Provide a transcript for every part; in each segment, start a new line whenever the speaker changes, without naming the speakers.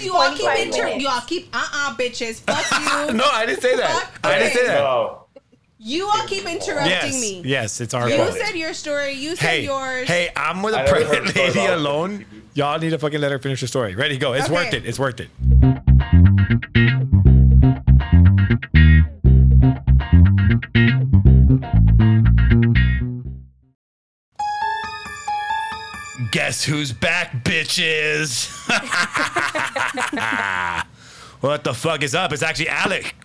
you all keep inter- you all keep uh uh bitches. Fuck you.
No, I didn't say that.
Fuck
I didn't say
okay.
that.
No.
You all keep interrupting
Yes,
me.
yes, it's our
You
fault.
said your story. You said
hey,
yours.
hey, I'm with
I
a
never heard
pregnant
stories
lady
about-
alone. Y'all need to fucking let her finish her story. Ready? Go. It's
Okay.
worth it. It's worth it. Guess who's back, bitches? what the fuck is up? It's actually Alec.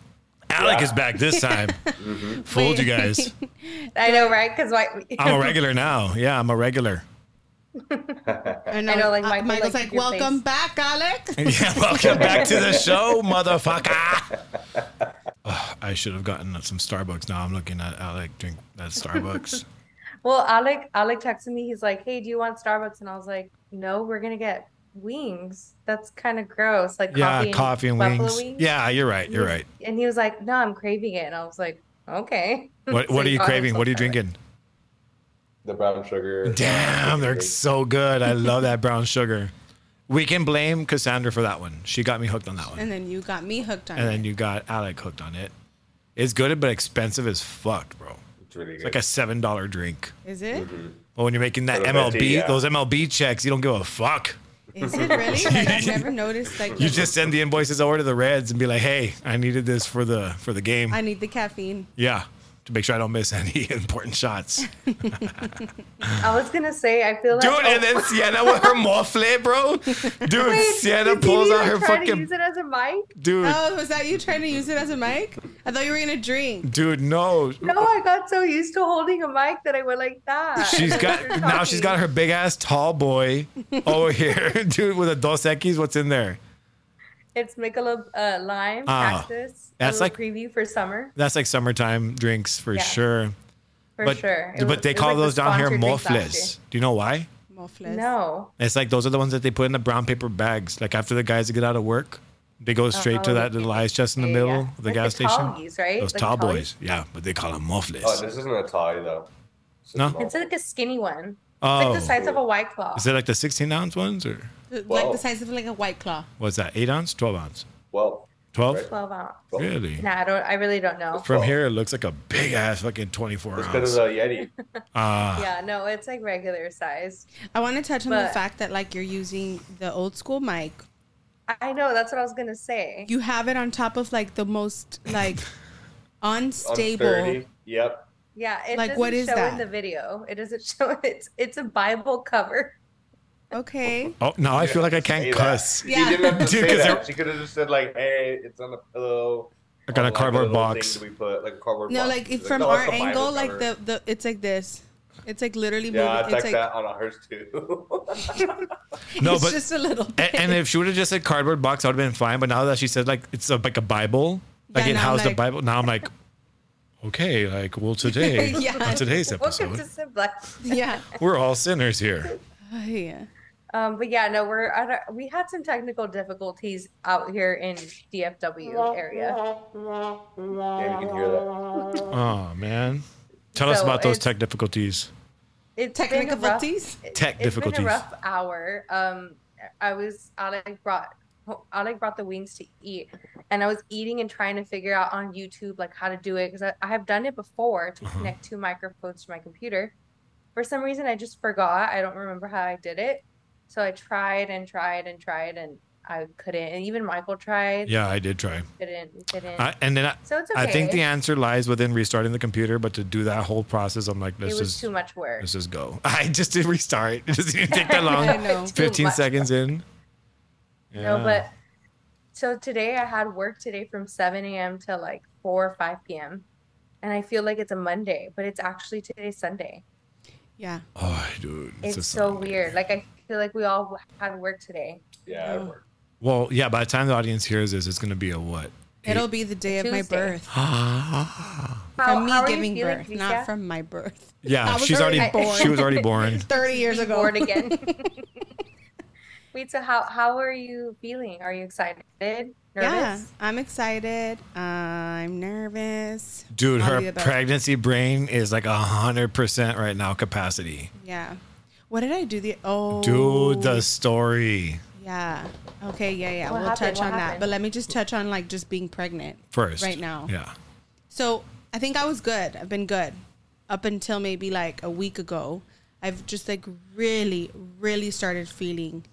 Alec
Yeah.
is back this time. Fooled you guys.
I know, right? Because why?
I'm a regular now. Yeah, I'm a regular.
and
I know, like,
uh,
Michael,
Michael's
like,
like,
your face.
welcome back, Alec.
Yeah, welcome back to the show, motherfucker. Ugh, I should have gotten some Starbucks. Now I'm looking at Alec drink that Starbucks.
Well, Alec, Alec texted me. He's like, "Hey, do you want Starbucks?" And I was like, "No, we're gonna get wings. That's kind of gross. Like,
yeah, coffee and
buffalo
wings. Yeah, you're right. You're right.
And he was like, "No, I'm craving it." And I was like, "Okay."
What
So
What are
he
you
bought
craving?
himself
What are you
Starbucks.
drinking?
The brown sugar.
Damn, they're so good. I love that brown sugar. We can blame Cassandra for that one. She got me hooked on that one,
and then you got me hooked on
and
it.
then you got Alec hooked on it. It's good, but expensive as fuck, bro.
It's really
It's
good.
like a seven dollar drink.
Is it?
But when you're making that
For the veggie,
MLB,
yeah.
those MLB checks, you don't give a fuck.
Is it really? Like, I've never noticed. Like,
You just send the invoices over to the Reds and be like, "Hey, I needed this for the for the game."
I need the caffeine.
yeah, to make sure I don't miss any important shots.
I was gonna say, I feel like
Dude, and
Oh.
then Sienna with her mofle, bro. Dude, Sienna pulls out her
trying to
fucking
use it as a mic.
dude.
Oh, was that you trying to use it as a mic? I thought you were gonna drink.
Dude, no.
No, I got so used to holding a mic that I went like that.
She's got now. She's got her big ass tall boy over here, dude, with a Dos Equis. What's in there?
It's Michelob uh, lime
Ah,
cactus.
that's
a little
like-
preview for summer
That's like summertime drinks for
Yeah.
sure.
for
but
sure. It
but
was-
they
it was
call
like the
those down here
sponsored drinks last
mofles. Do you know why?
Mofles.
year. No,
It's like those are the ones that they put in the brown paper bags. Like after the guys that get out of work, they go straight to
Oh,
that little ice chest in the
yeah,
middle
yeah.
of the
Like
gas
the
station.
tallies, right?
Those
Like
tall
tallies?
boys, yeah, but they call them mufflers.
Oh, this isn't a Thai though. It's a
No?
small-
it's like a skinny one. It's
oh,
like the size of a white claw.
is it like the 16 ounce ones or
Like
Wow.
the size of like a white claw.
what's that? Eight ounce, 12 ounce,
well,
12?
Right.
Twelve ounce.
well,
Really?
Nah, I don't. I really don't know.
From
Well.
here, it looks like a big ass fucking 24
it's
ounce.
because of the Yeti.
Ah,
Yeah, no, it's like regular size.
I want to touch on the
But-
fact that like you're using the old school mic.
I know. That's what I was gonna say.
You have it on top of like the most like
I'm
unstable.
30. Yep.
Yeah, it
Like,
doesn't
what is
show
that?
in the video. It doesn't show. It's it's a Bible cover.
Okay.
oh, now I feel like I
Say
can't
that.
cuss.
Yeah.
She didn't have to
Dude,
say
'cause
that.
it-
She could have just said like, "Hey, it's on the pillow."
I got
Or,
a
like,
cardboard
little thing
box.
that we put like a cardboard
No,
box.
like
She's
if from
"No,
our
it's a Bible
angle, like
cover."
the the it's like this. It's like literally moving.
Yeah, it's like
it's like
that on hers too.
No,
it's
but
just a little
A-
bit.
And, if she would have just said cardboard box, I would have been fine. But now that she said like it's a, like a Bible, like
Yeah,
it
now I'm
housed a
like-
Bible, now I'm like, okay, like well today
Yeah.
on today's
Welcome to
episode,
Sim Black.
yeah.
we're all sinners here.
Oh, yeah.
Um, but yeah, no, we're I don't, we had some technical difficulties out here in DFW area.
yeah, you can hear that.
Oh man, tell us
So
about those
it's-
tech difficulties.
It's
Technical
been a rough,
difficulties?
Tech
it's
difficulties.
Been a rough hour. Um, I was Alec brought Alec brought the wings to eat, and I was eating and trying to figure out on YouTube like how to do it because I, I have done it before
Uh-huh.
to connect two microphones to my computer. For some reason, I just forgot. I don't remember how I did it, so I tried and tried and tried, and I couldn't. And even Michael tried.
Yeah, I did try,
Didn't. Didn't.
I, and then I,
so it's okay.
I think the answer lies within restarting the computer. But to do that whole process, I'm like,
it
let's
was
just
too much work.
let's just go. I just did restart. It doesn't even take
I
that long.
know.
Too
Fifteen
much.
seconds in.
No,
Yeah.
but so today I had work today from 7 a.m. to like 4 or 5 p.m. And I feel like it's a Monday, but it's actually today's Sunday.
Yeah.
oh, dude,
It's,
a
so
Sunday.
weird. Like I feel like we all had work today.
Oh.
Yeah, it worked.
Well, yeah, by the time the audience hears this, it's going to be a what?
It'll be the day of my
Tuesday.
birth.
How,
from me
how are you
giving
feeling,
birth,
Felicia?
not from my birth. I
yeah,
was
she's already,
already
she
born.
was already born.
30 years
Be
ago.
bored again. Wait, so how how are you feeling? Are you excited? Nervous?
Yeah, I'm excited. I'm nervous.
Dude,
I'll be
her
the best.
pregnancy brain is like a hundred percent right now capacity.
Yeah. What did I do the oh
Dude, the story.
Yeah. Okay. Yeah. Yeah.
What
we'll
happened?
touch
What
on that,
happened?
but let me just touch on like just being pregnant.
First,
Right now.
Yeah.
So I think I was good. I've been good up until maybe like a week ago. I've just like really, really started feeling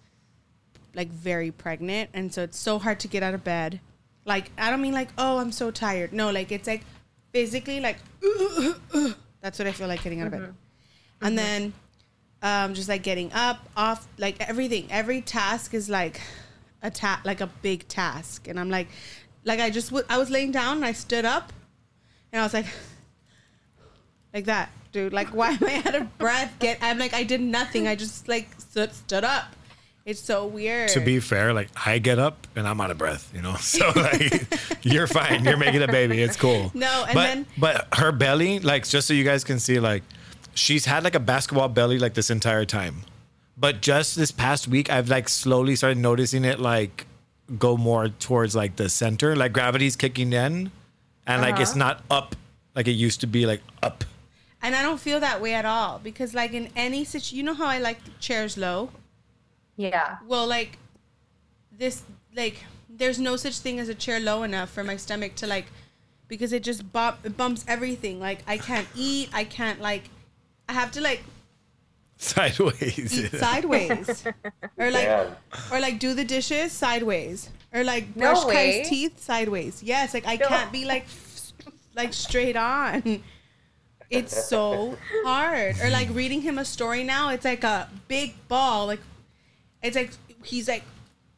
like very pregnant. And so it's so hard to get out of bed. Like, I don't mean like, oh, I'm so tired. No, like it's like physically like, that's what I feel like getting out of bed. And then um, just like getting up, off, like everything. Every task is like a ta- like a big task, and I'm like, like I just w- I was laying down and I stood up, and I was like, like that, dude. Like, why am I out of breath? Get I'm like I did nothing. I just like stood, stood up. It's so weird.
To be fair, like I get up and I'm out of breath, you know. So like, you're fine. You're making a baby. It's cool.
No, and
but,
then-
but her belly, like, just so you guys can see, like, she's had like a basketball belly like this entire time, but just this past week, I've like slowly started noticing it like go more towards like the center, like gravity's kicking in, and like
Uh-huh.
it's not up like it used to be, like up.
and I don't feel that way at all because like in any situation, you know how I like chairs low.
Yeah.
Well, like this, like there's no such thing as a chair low enough for my stomach to like, because it just bump, it bumps everything. Like I can't eat, I can't like, I have to like
Sideways.
eat sideways, or like,
Damn.
or like do the dishes sideways, or like
No
brush
way.
Kai's teeth sideways. Yes, like I
No.
can't be like, like straight on. It's so hard. Or like reading him a story now, it's like a big ball. Like it's like he's like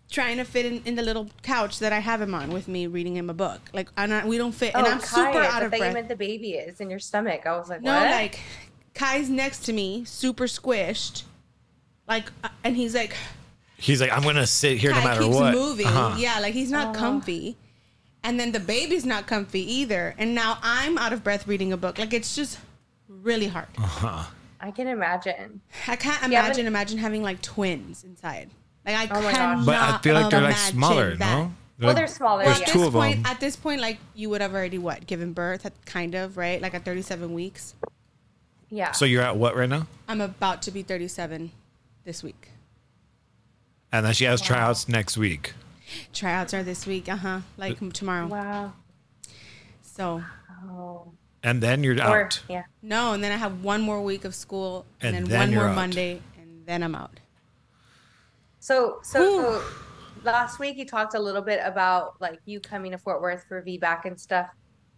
trying to fit in, in the little couch that I have him on with me reading him a book. Like I'm not, we don't fit, and I'm super
Oh, Kai,
out
I
of
thought you
breath.
meant the baby is in your stomach. I was like,
No,
what?
like Kai's next to me, super squished. Like, uh, and he's like,
He's like, I'm gonna sit here
Kai
no matter
keeps
what.
moving.
Uh-huh.
Yeah, like he's not comfy. And then the baby's not comfy either. And now I'm out of breath reading a book. Like it's just really hard.
I can imagine.
I can't
Yeah, but-
imagine. imagine having like twins inside. Like I
Oh my
cannot.
gosh.
But I feel like they're like
imagine
smaller,
that.
no?
Well,
Like,
they're smaller,
There's
yeah.
At
two
this
of
point,
them.
at this point, like you would have already what given birth, at, kind of right? Like at 37 weeks,
Yeah.
so you're at what right now?
I'm about to be 37 this week.
And then she has tryouts next week.
Tryouts are this week, uh huh, like tomorrow.
wow.
So
Oh.
And then you're
Or-
out.
yeah.
no, and then I have one more week of school, and,
And
then,
then
one
you're
more
out.
Monday, and then I'm out.
So so, so last week you talked a little bit about like you coming to Fort Worth for VBAC and stuff.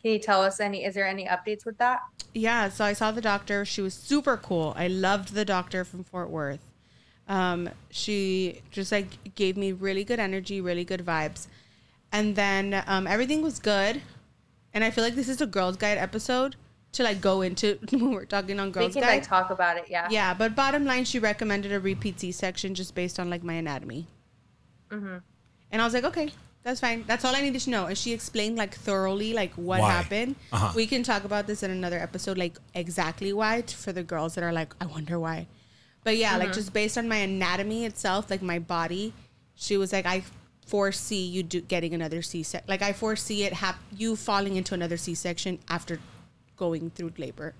Can you tell us any? Is there any updates with that?
Yeah, so I saw the doctor. She was super cool. I loved the doctor from Fort Worth. Um, she just like gave me really good energy, really good vibes. And then um, everything was good. And I feel like this is a girls' guide episode to like go into when we're talking on
We
girls'
can
guide.
like talk about it. Yeah.
yeah, but bottom line, she recommended a repeat C section just based on like my anatomy. And I was like, okay, that's fine. That's all I needed to know. And she explained like thoroughly like what
Why?
happened.
Uh-huh.
We can talk about this in another episode, like exactly why t- for the girls that are like, I wonder why. But yeah, like just based on my anatomy itself, like my body, she was like, I foresee you do getting another C section. Like I foresee it hap- you falling into another C section after going through labor,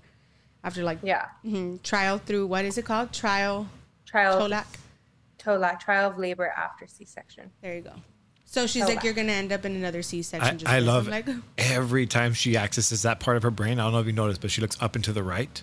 after like
Yeah.
mhm, trial through what is it called? Trial
Trial.
Tolac.
Tolac. Trial of labor after C-section.
There you go. So she's
Oh,
like,
wow.
you're gonna end up in another C-section.
I,
just
I
'cause."
love
I'm like,
every time she accesses that part of her brain. I don't know if you noticed, but she looks up and to the right.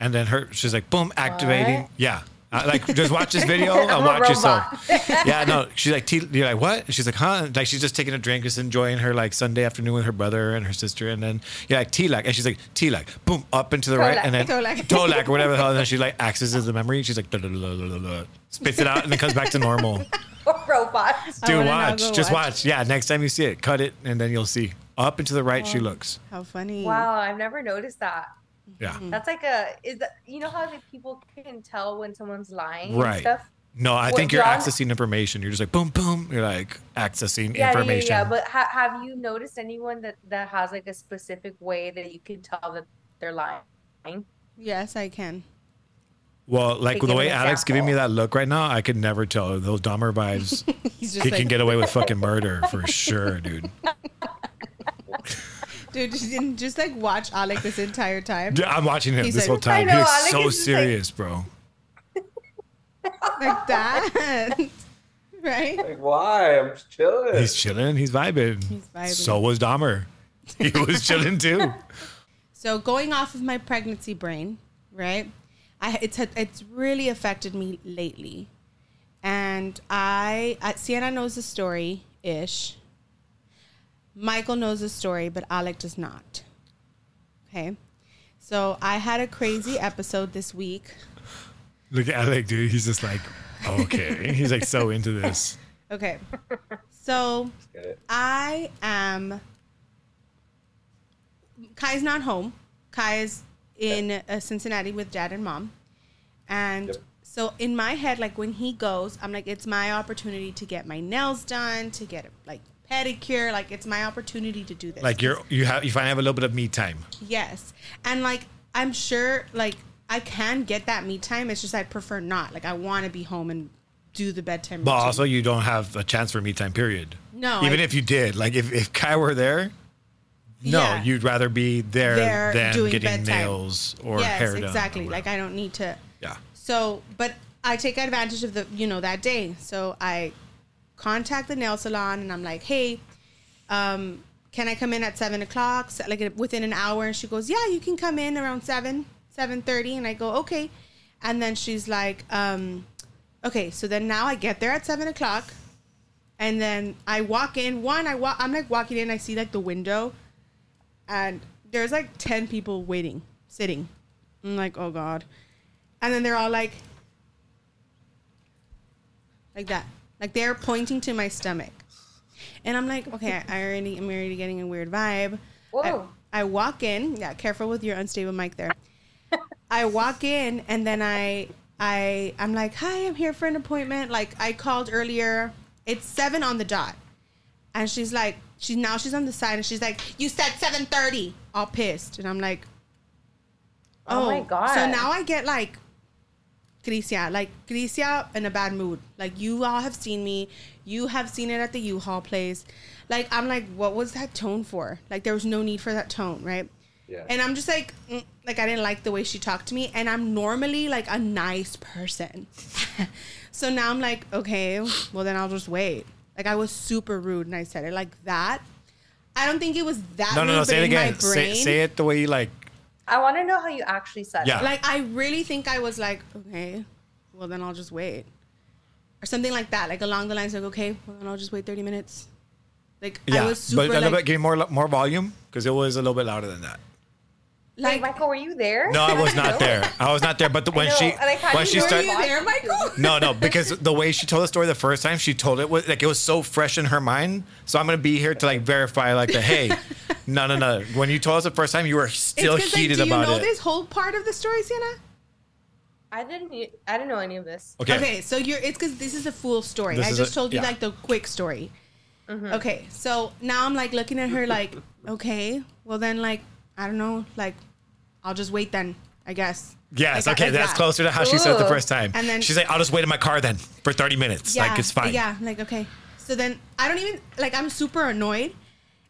And then her, she's like, boom, activating.
What?
Yeah. I, like, just watch this video and
I'm a
watch
robot.
yourself. Yeah, no. She's like, "T-" you're like, what? And she's like, huh? Like, she's just taking a drink, just enjoying her like Sunday afternoon with her brother and her sister. And then you're like, T-Lac. And she's like, T-Lac. Boom, up and to the right. And then
Tolac.
Tolac or whatever the hell. And then she like accesses the memory. She's like, "Duh, duh, duh, duh, duh, duh," spits it out and then comes back to normal.
Robot.
Dude,
wanna now
watch.
go
Just
watch.
watch. Yeah, next time you see it, cut it, and then you'll see. Up and to the right, she looks.
How funny.
Wow. I've never noticed that.
Yeah.
Mm-hmm.
That's like a is that you know how the people can tell when someone's lying
Right.
and stuff.
No, I
What,
think you're
John?
accessing information. You're just like boom, boom. You're like accessing
Yeah, yeah, yeah,
information.
yeah. But ha- have you noticed anyone that that has like a specific way that you can tell that they're lying?
Yes, I can.
well,
To
like the
give
way
an
Alex giving me that
example.
look right now, I could never tell. Those Dahmer vibes,
He's just
he
like,
can get away with fucking murder for sure, dude.
dude, just, didn't- just like watch Alec this entire time.
Dude, I'm watching him
He's
this
like-
whole
I
time.
know,
he looks
Alex
so
is just like-
serious, bro.
Like that. right?
Like, why? I'm just chilling.
He's chilling. He's vibing.
He's vibing.
So was Dahmer. He was chilling too.
So going off of my pregnancy brain, right? I it's had- it's really affected me lately, and I uh, Sienna knows the story ish. Michael knows the story, but Alec does not. Okay, so I had a crazy episode this week.
Look at Alec, dude. He's just like, okay. He's like so into this.
Okay, so
Get it?
I am. Kai's not home. Kai is in uh, Cincinnati with dad and mom. And
Yep.
so in my head, like when he goes, I'm like, it's my opportunity to get my nails done, to get like pedicure. Like it's my opportunity to do this.
Like you're you have you finally have a little bit of me time.
Yes. And like I'm sure like I can get that me time. It's just I prefer not. Like I want to be home and do the bedtime.
But
routine.
also you don't have a chance for me time, period.
No,
Even
I-
if you did, like if, if Kai were there, no,
Yeah.
you'd rather be there
There
than
doing
getting
bedtime.
nails or
yes,
hair done. Oh, or
exactly.
whatever.
Like I don't need to
Yeah.
So, but I take advantage of the, you know, that day. So I contact the nail salon and I'm like, hey, um, can I come in at seven o'clock? So, like uh, within an hour. And she goes, yeah, you can come in around seven, seven thirty. And I go, okay. And then she's like, um, okay. So then now I get there at seven o'clock, and then I walk in. One, I walk. I'm like walking in. I see like the window, and there's like ten people waiting, sitting. I'm like, oh god. And then they're all like, like that. Like they're pointing to my stomach. And I'm like, okay, I already am already getting a weird vibe. I,
Whoa.
I walk in. Yeah, careful with your unstable mic there. I walk in and then I I I'm like, hi, I'm here for an appointment. Like I called earlier. It's seven on the dot. And she's like, she's now she's on the side and she's like, you said seven thirty, all pissed. And I'm like,
Oh my God.
So now I get like Grisia, like Grisia in a bad mood. Like you all have seen me. You have seen it at the U-Haul place. Like I'm like, what was that tone for? Like there was no need for that tone, right?
Yeah.
And I'm just like, mm, like I didn't like the way she talked to me. And I'm normally like a nice person. so now I'm like, okay, well then I'll just wait. Like I was super rude and I said it like that. I don't think it was that
No,
rude,
no, no.
but
Say it
in my
again. Say,
brain,
say it the way you like.
I want to know how you actually said
Yeah.
it.
like I really think I was like, okay, well then I'll just wait, or something like that, like along the lines like, okay, well then I'll just wait thirty minutes. Like
Yeah.
I was super
but a little
like,
bit, give me more more volume because it was a little bit louder than that.
Wait,
like
Michael, were you there?
No, I was
No.
not there. I was not there. But the, when
know.
she
Like, how
when
do
she
you
were
start-
you
started.
there, Michael?
No, no, because the way she told the story the first time, she told it was like it was so fresh in her mind. So I'm gonna be here to like verify, like the hey, no, no, no. When you told us the first time, you were still
'cause, like,
heated
do
about
you know
it.
this whole part of the story, Sienna?
I didn't. e- I didn't know any of this.
Okay.
Okay. so you're it's because this is a full story.
This
I
is
just
a-
told you
yeah.
like the quick story.
Mm-hmm.
Okay, so now I'm like looking at her like, okay, well then like I don't know, like I'll just wait then, I guess.
Yes.
Like,
okay.
like
that's
that.
closer to how she said it the
Ooh.
first time.
And then-
she's like, "I'll just wait in my car then for 30 minutes. like it's fine."
Yeah, like okay. So then I don't even like I'm super annoyed.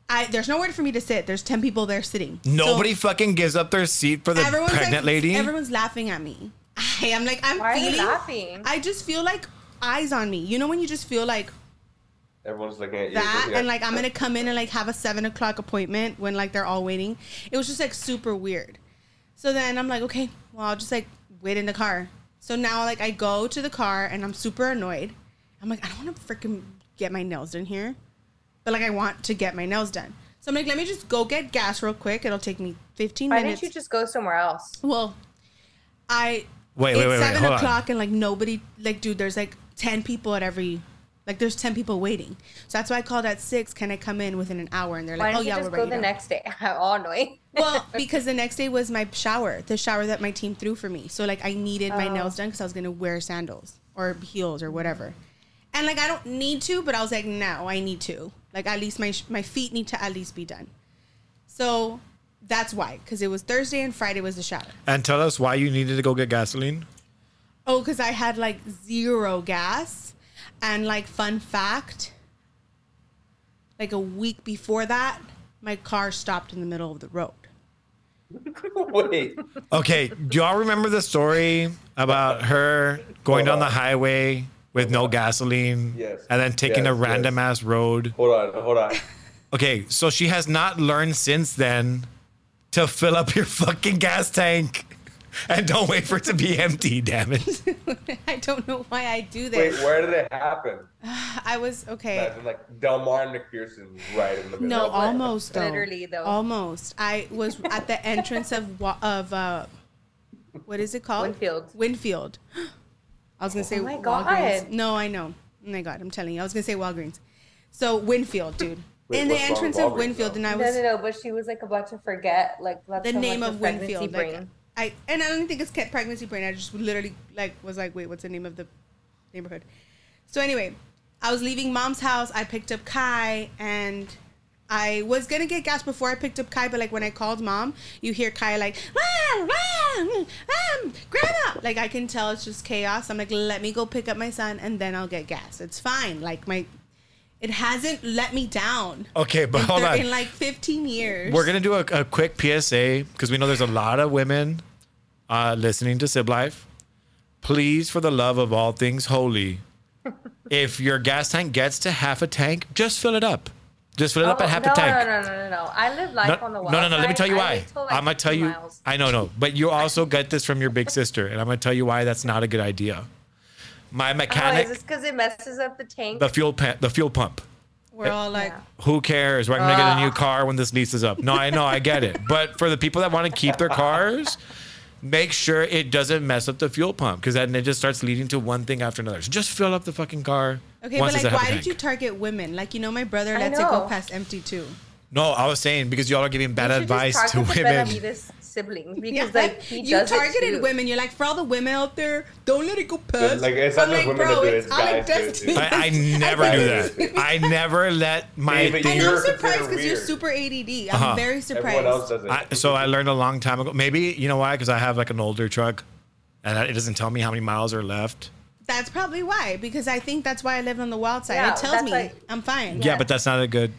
I there's nowhere for me to sit. There's ten people there sitting. So
Nobody fucking gives up their seat for the
everyone's like,
pregnant lady.
Everyone's laughing at me. I am like I'm
Why are
feeling
you laughing?
I just feel like eyes on me. You know when you just feel like
Everyone's looking at you.
that
Yeah.
and like I'm gonna come in and like have a seven o'clock appointment when like they're all waiting. It was just like super weird. So then I'm like, okay, well I'll just like wait in the car. So now like I go to the car and I'm super annoyed. I'm like, I don't want to freaking get my nails done here, but like I want to get my nails done. So I'm like, let me just go get gas real quick. It'll take me 15
Why
minutes.
didn't you just go somewhere else?
well, I
Wait, wait,
it's
wait, wait,
seven
hold on.
o'clock and like nobody like dude there's like 10 people at every like there's 10 people waiting so that's why i called at six can i come in within an hour and they're
Why
like
didn't
oh
you
yeah we're
just go
ready
the
now."
next day? I'm all annoying.
well because the next day was my shower the shower that my team threw for me so like i needed my
Oh.
nails done because i was gonna wear sandals or heels or whatever and like i don't need to but i was like no i need to like at least my sh- my feet need to at least be done so that's why because it was thursday and friday was the shower
and tell us why you needed to go get gasoline.
Oh, because I had like zero gas. And like, fun fact, like a week before that, my car stopped in the middle of the road.
Wait.
Okay, do y'all remember the story about her going down the highway with no gasoline.
Yes.
And then taking a
Yes,
random
yes.
ass road.
Hold on, hold on.
Okay, so she has not learned since then to fill up your fucking gas tank and don't wait for it to be empty, damn it.
I don't know why I do
Wait,
this.
where did it happen?
I was okay.
Imagine, like Delmar McPherson right in the middle.
No,
of it.
almost though.
Literally, though.
Almost. I was at the entrance of wa- of uh, what is it called?
Winfield.
Winfield. I was gonna say.
Oh my
Walgreens.
God.
No, I know. Oh my God, I'm telling you. I was gonna say Walgreens. So Winfield, dude.
Wait,
in the
what's wrong with
entrance of
Walgreens,
Winfield,
though?
and I
no,
was
no, no. But she was like about to forget, like that's
the
how
name
much
of
the pregnancy
Winfield. Like,
brings.
I and I don't think it's kept pregnancy brain. I just literally like was like, wait, what's the name of the neighborhood? So anyway, I was leaving mom's house. I picked up Kai and. I was gonna get gas before I picked up Kai, but like when I called mom, you hear Kai like, "Wah, wah, mm, um, grandma. Like I can tell it's just chaos. I'm like, let me go pick up my son and then I'll get gas. It's fine. Like my, it hasn't let me down.
Okay, but
in
Oh, hold
thir-
on.
In like 15 years.
We're gonna do a, a quick PSA because we know there's a lot of women uh, listening to Sib Life. Please, for the love of all things holy, if your gas tank gets to half a tank, just fill it up. Just fill it up
Oh,
at half
no,
a tank.
No, no, no, no, no. I live life on the
no,
wild
no, no, no. Let me
side.
tell you
I
why.
live till, like,
I'm gonna tell
two
you.
miles.
I know, no, but you also get this from your big sister, and I'm gonna tell you why that's not a good idea. My
Oh, is
mechanic,
this because it messes up the tank?
the fuel pa- the fuel pump.
We're all like,
Yeah.
Who cares? We're gonna get a
Ah.
new
Ugh.
car when this lease is up. No, I know, I get it. But for the people that want to keep their cars, make sure it doesn't mess up the fuel pump because then it just starts leading to one thing after another. So just fill up the fucking car.
Okay,
once
but
it's
like,
at half
why
a
did you
tank.
target women? Like, you know, my brother
I
lets it go
know.
past empty too.
no, I was saying because y'all are giving bad
You should just
advice to
target the
women.
Benavides sibling because
Yeah,
like he
you
does it
targeted
too.
women. You're like, for all the women out there, don't let it go past.
like, it's
But,
not just women that do it, it's
Alec
guys do
does
it too.
too.
I, I never
I
do
think-
that. I never let my.
David,
And
You're
I'm surprised
considered
because you're
weird.
super ADD. I'm
Uh-huh.
very surprised.
Everyone else does it.
I, so I learned a long time ago. Maybe you know why? Because I have like an older truck, and I- it doesn't tell me how many miles are left.
That's probably why, because I think that's why I lived on the wild side.
Yeah,
it tells
that's
me
like-
I'm fine.
Yeah.
Yeah.
but that's not a good.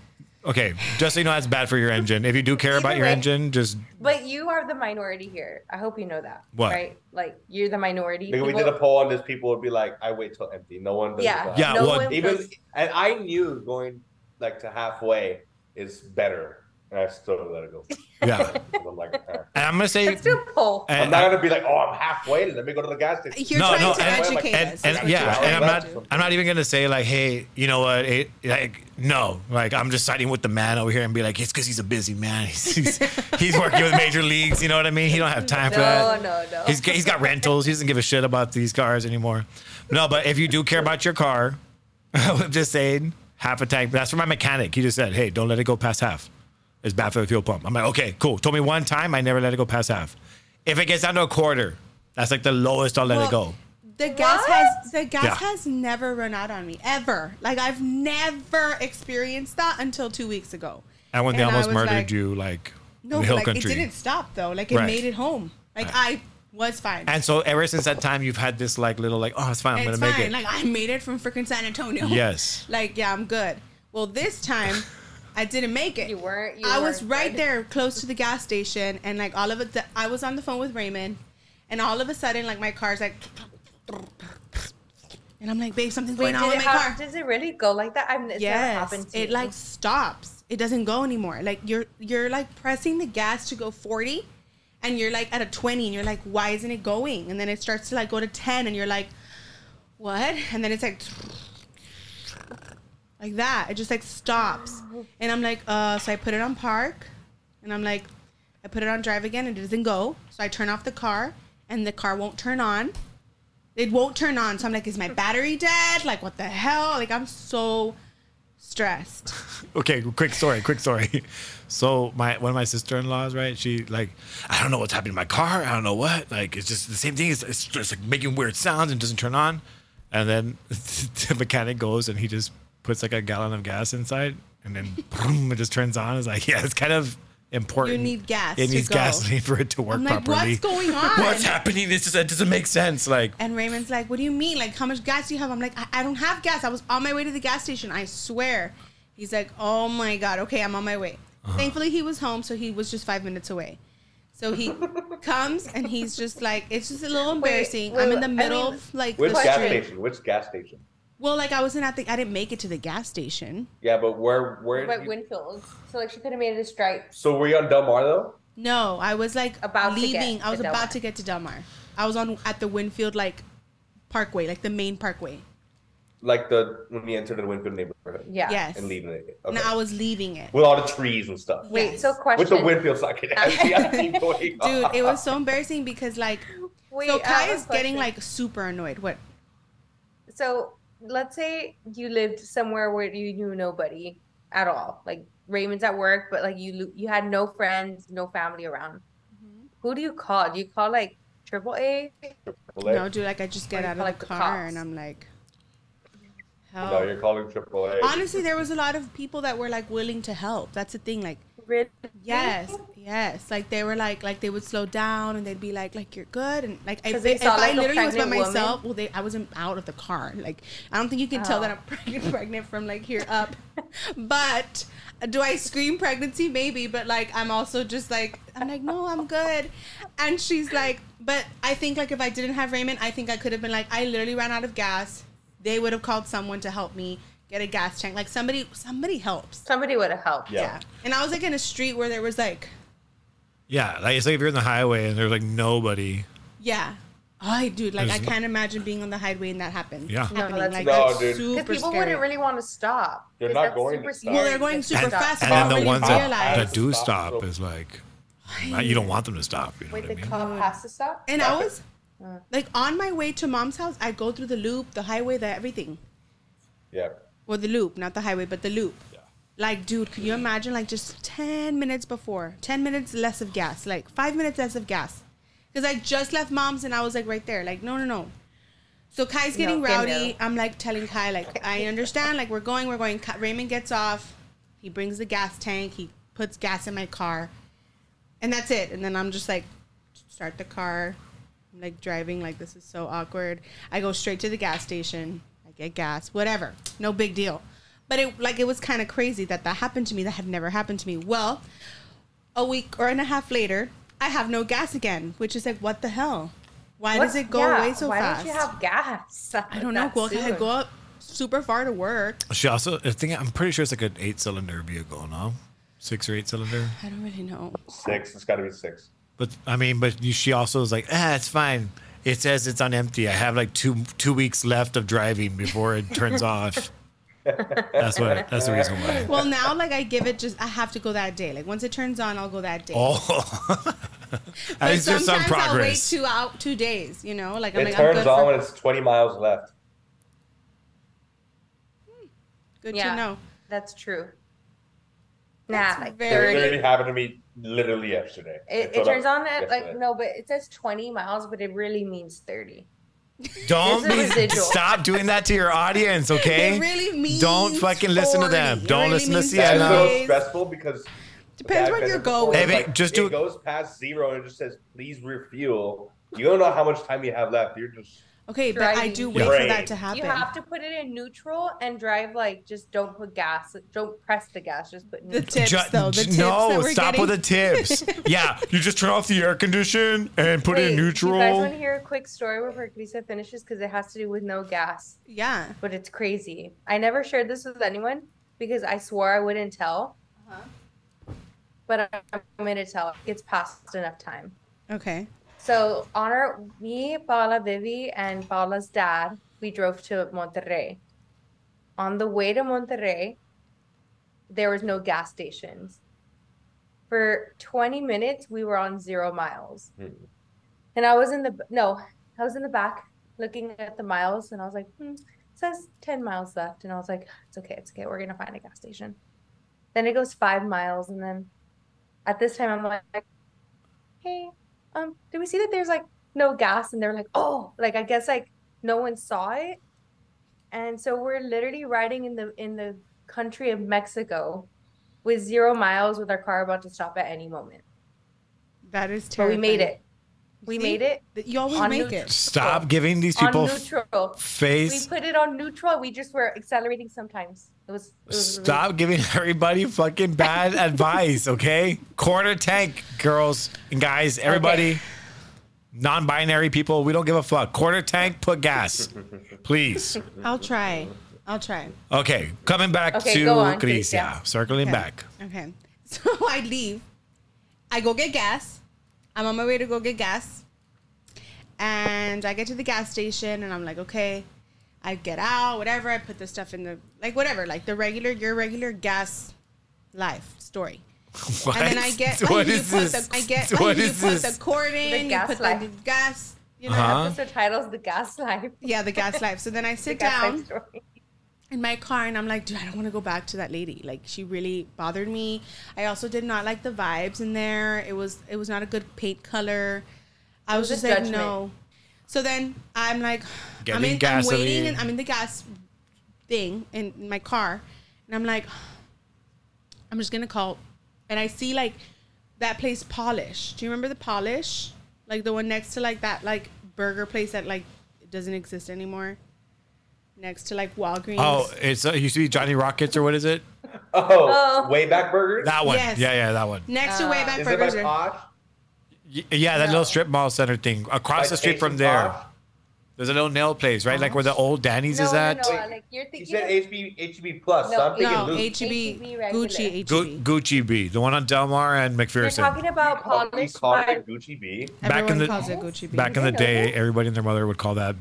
Okay, just so you know, that's bad for your engine. If you do care about
Either
your
way-
engine, just
But you are the minority here. I hope you know that.
What?
Right? Like you're the minority.
Like, if we did
People-
a poll on this, people would be like, "I wait till empty." No one does
Yeah.
that.
Yeah,
No
well-
one
Even
does-
and I knew going like to halfway is better, and I still don't let it go.
yeah.
I'm like, eh.
And I'm gonna say.
Let's do a poll.
I'm
And,
not gonna be like, "Oh, I'm halfway. Let me go to the gas station."
You're
No,
trying
no,
to
and-
educate
and,
us.
and
is what you're
yeah,
trying
and I'm
to
not.
do.
I'm not even gonna say like, hey, you know what? It, like, no, like I'm just siding with the man over here and be like, it's because he's a busy man. He's, he's he's working with major leagues. You know what I mean? He don't have time for that.
No, no, no.
He's he's got rentals. He doesn't give a shit about these cars anymore. No, but if you do care about your car, I'm just saying half a tank. That's for my mechanic. He just said, "Hey, don't let it go past half. It's bad for the fuel pump." I'm like, "Okay, cool." Told me one time, I never let it go past half. If it gets down to a quarter, that's like the lowest I'll let it
Well,
go.
The gas
What?
has the gas
Yeah.
has never run out on me ever. Like I've never experienced that until two weeks ago.
And when they
I
almost
was
murdered
like,
you, like
no,
in
but,
Hill
like
Country.
it didn't stop though. Like it
Right.
made it home. Like I was fine.
And so ever since that time, you've had this like little like, "Oh, it's fine. I'm
it's
gonna
fine.
make it."
Like I made it from freaking San Antonio.
Yes.
Like yeah, I'm good. Well, this time I didn't make it.
You weren't- you
I was
weren't
right
good.
there, close to the gas station, and like all of it. I was on the phone with Raymond, and all of a sudden, like my car's like, and I'm like, babe, something's
Wait,
going on
did
with
it,
my
how,
car.
does it really go like that? I've it's never
yes,
happened to
it
me.
like stops. It doesn't go anymore. Like you're you're like pressing the gas to go 40 and you're like at a 20 and you're like why isn't it going? And then it starts to like go to 10 and you're like what? And then it's like like that. It just like stops. And I'm like uh so I put it on park and I'm like I put it on drive again and it doesn't go. So I turn off the car and the car won't turn on it won't turn on. So I'm like, is my battery dead? Like, what the hell? Like, I'm so stressed.
okay, quick story, quick story. So my one of my sister in laws, right? She like, I don't know what's happening to my car. I don't know what. Like it's just the same thing. It's, it's just like making weird sounds and doesn't turn on. And then the mechanic goes and he just puts like a gallon of gas inside, and then boom, it just turns on. It's like yeah, it's kind of important.
You need gas
It
to
needs
go.
gasoline for it to work
I'm like,
properly.
what's going on?
What's happening? This is, it doesn't make sense. Like
and Raymond's like, what do you mean? Like, how much gas do you have? I'm like, I, I don't have gas. I was on my way to the gas station. I swear. He's like, oh
Uh-huh.
my God. Okay, I'm on my way. Thankfully, he was home. So he was just five minutes away. So he comes and he's just like, it's just a little
Wait,
embarrassing.
wait,
I'm in the
I
middle
mean-
of like
Which
the
gas
street.
station? Which gas station?
Well, like I wasn't at the, I didn't make it to the gas station.
Yeah, but where where?
But
you-
Winfield. So like she could have made it a stripe.
so were you on Del Mar though?
No, I was like
About to get
leaving. I
to
was
Del Mar.
about to get to Del Mar. I was on at the Winfield like Parkway, like the main Parkway.
Like the when you enter the Winfield neighborhood.
Yeah.
Yes.
And leaving it.
And
Okay.
I was leaving it.
With all the trees and stuff.
Wait,
Yes.
so question.
With the Winfield socket. I keep going
Dude, it was so embarrassing because like
Wait,
so
I have
Kai
a
is getting
question.
like super annoyed. What?
so let's say you lived somewhere where you knew nobody at all like raymond's at work but like you lo- you had no friends no family around
Mm-hmm.
who do you call do you call like triple a
AAA.
no, dude, like I just get
Or you
out of
call,
the
like, the
car and
cops.
I'm like
No,
help.
you're calling AAA.
Honestly, there was a lot of people that were like willing to help. That's the thing. Like,
really
yes, yes. Like they were like, like they would slow down and they'd be like, like you're good. And like, if,
'Cause they
if
saw,
I
like, a
literally was by
pregnant woman.
myself, well, they, I wasn't out of the car. Like, I don't think you can tell
Oh.
that I'm pregnant, pregnant from like here up. but do I scream pregnancy? Maybe. But like, I'm also just like, I'm like, no, I'm good. And she's like, but I think like if I didn't have Raymond, I think I could have been like, I literally ran out of gas. They would have called someone to help me get a gas tank. Like somebody, somebody helps.
somebody would have helped
Yeah.
Yeah. And I was like in a street where there was like,
Yeah, like it's like if you're in the highway and there's like nobody.
yeah. I dude, like I
There's no-
can't imagine being on the highway and that happened.
Yeah. No,
happening.
that's-
like,
No,
that's
dude. 'Cause
super
because people
scary.
wouldn't really want to stop
They're
'Cause
not
that's
going to
super
stop.
scary.
Well, they're going super
And,
fast,
and
but I
then the
really
ones that,
realized.
that do
Stop,
stop
stop.
is like you don't want them to stop. You know
wait
what I
the
mean?
cop has to stop
and I was
Mm.
like on my way to mom's house. I go through the loop, the highway, the everything.
Yeah.
Well, the loop, not the highway, but the loop.
Yeah.
Like, dude, could you imagine like just ten minutes before, ten minutes less of gas, like five minutes less of gas, because I just left mom's and I was like right there, like no, no, no. So Kai's getting
No, okay,
rowdy.
no.
I'm like telling Kai, like I understand, like we're going, we're going. Ka- Raymond gets off. He brings the gas tank. He puts gas in my car, and that's it. And then I'm just like, start the car. I'm like driving, like this is so awkward. I go straight to the gas station. I get gas, whatever, no big deal. But it like it was kind of crazy that that happened to me. That had never happened to me. Well, a week or and a half later, I have no gas again, which is like, what the hell? Why
What-
does it go
yeah,
away so
why
fast?
don't you have gas
I don't know.
that
Go, I
soon?
go up super far to work.
She also, I think I'm pretty sure it's like an eight-cylinder vehicle, no, six or eight-cylinder.
I don't really know.
Six. It's got to be six.
But I mean, but you, she also is like, ah, it's fine. It says it's on empty. I have like two two weeks left of driving before it turns off. That's what. That's the reason why.
Well, now like I give it just I have to go that day. Like once it turns on, I'll go that day.
Oh,
But
at least there's some
sometimes
progress.
I'll wait two out two days. You know, like I'm
it
like I'm
turns
good,
on
for-
when it's 20 miles left.
good
Yeah.
to know.
that's true
That's
nah like
very-
It
30
literally happened to me literally yesterday.
It,
That's
it
what I-
turns on that like
yesterday.
no, but it says twenty miles, but it really means thirty.
Don't
This is
be,
residual.
stop doing that to your audience, okay?
It really means
Don't fucking listen to
40.
them.
It
Don't
really
listen to
means
That's
Sienna.
a little
days.
stressful because
Depends
I've
where
been
you're
there before,
going.
Hey,
like,
Vic, just
it
do-
goes past zero and it just says please refuel. You don't know how much time you have left. You're just
Okay, but I
Driving.
do wait for
Brain.
that to happen.
You have to put it in neutral and drive like just don't put gas, don't press the gas, just put
the
neutral.
tips
Ju-
though. The
j-
tips
no,
that we're
stop
getting.
with the tips. yeah, you just turn off the air condition and put it
Wait,
in
You guys want
neutral.
to hear a quick story where Perkisa finishes because it has to do with no gas,
yeah.
but it's crazy. I never shared this with anyone because I swore I wouldn't tell, but I'm gonna tell. It's past enough time.
Okay.
So on our me, Paula, Vivi, and Paula's dad, we drove to Monterrey. On the way to Monterrey, there was no gas stations. For 20 minutes, we were on zero miles.
Hmm.
And I was in the no, I was in the back looking at the miles, and I was like, hmm, it says 10 miles left. And I was like, it's okay, it's okay, we're gonna find a gas station. Then it goes five miles, and then at this time I'm like, hey, um, did we see that there's like no gas? And they're like, oh, like I guess like no one saw it. And so we're literally riding in the in the country of Mexico with zero miles with our car about to stop at any moment.
That is
But
terrible.
we made it. We
See? e-
made it
Th- You always
On
make
neut-
it.
Stop giving these people
Oh, on
f-
neutral. We
face.
put it on neutral. We just were accelerating sometimes. It was. It was really-
Stop giving everybody fucking bad advice, okay? Corner tank, girls and guys, everybody, non binary people, we don't give a fuck. Corner tank, put gas, please.
I'll try. I'll try.
Okay, coming back
Okay,
to
go on,
Greece,
Greece, yeah.
yeah, circling
Okay.
back.
Okay. So I leave. I go get gas. I'm on my way to go get gas. And I get to the gas station and I'm like, okay. I get out, whatever. I put the stuff in the, like, whatever, like the regular, your regular gas life story.
What?
And then I get, oh,
what
you
is
put
this?
The, I get, oh,
what
you
is
put
this?
the cord in, you
gas
put the
life.
gas, you know,
Uh-huh.
Episode titles "The Gas Life."
yeah, the gas life. So then I
The
sit
Gas
down
Life story.
in my car and I'm like, dude, I don't want to go back to that lady. Like she really bothered me. I also did not like the vibes in there. It was it was not a good paint color. I was,
was a
just like,
judgment.
no. So then I'm like,
Getting
I'm in, I'm
gasoline.
waiting and I'm in the gas thing in my car, and I'm like, I'm just gonna call, and I see like that place Polish. Do you remember the Polish? Like the one next to like that like burger place that like doesn't exist anymore. Next to like Walgreens.
Oh, it's uh, it used to be Johnny Rockets or what is it?
Oh.
Oh, way Wayback Burgers.
That one.
Yes.
Yeah, yeah, that one.
Next to
Uh,
Wayback
Is it by
Burgers. or-
Posh?
Y- Yeah, that
No.
little strip mall center thing across
By
the street from
Station
there.
Posh?
There's a little nail place, right? Like where the old Danny's
No,
is
no,
at.
no, Alec, you're
You
thinking.
said
of-
HB HB plus. so
No,
I'm thinking
No,
Luke.
HEB,
HEB regular.
Gucci, E
Gu-
HEB.
Gucci B, the one on Delmar and
you're
McPherson.
talking about
Oh, we
Polish.
call it
by-
Gucci B.
Back in
Everyone
the-
calls it Gucci B.
Back in the
know
day,
that.
everybody and their mother would call that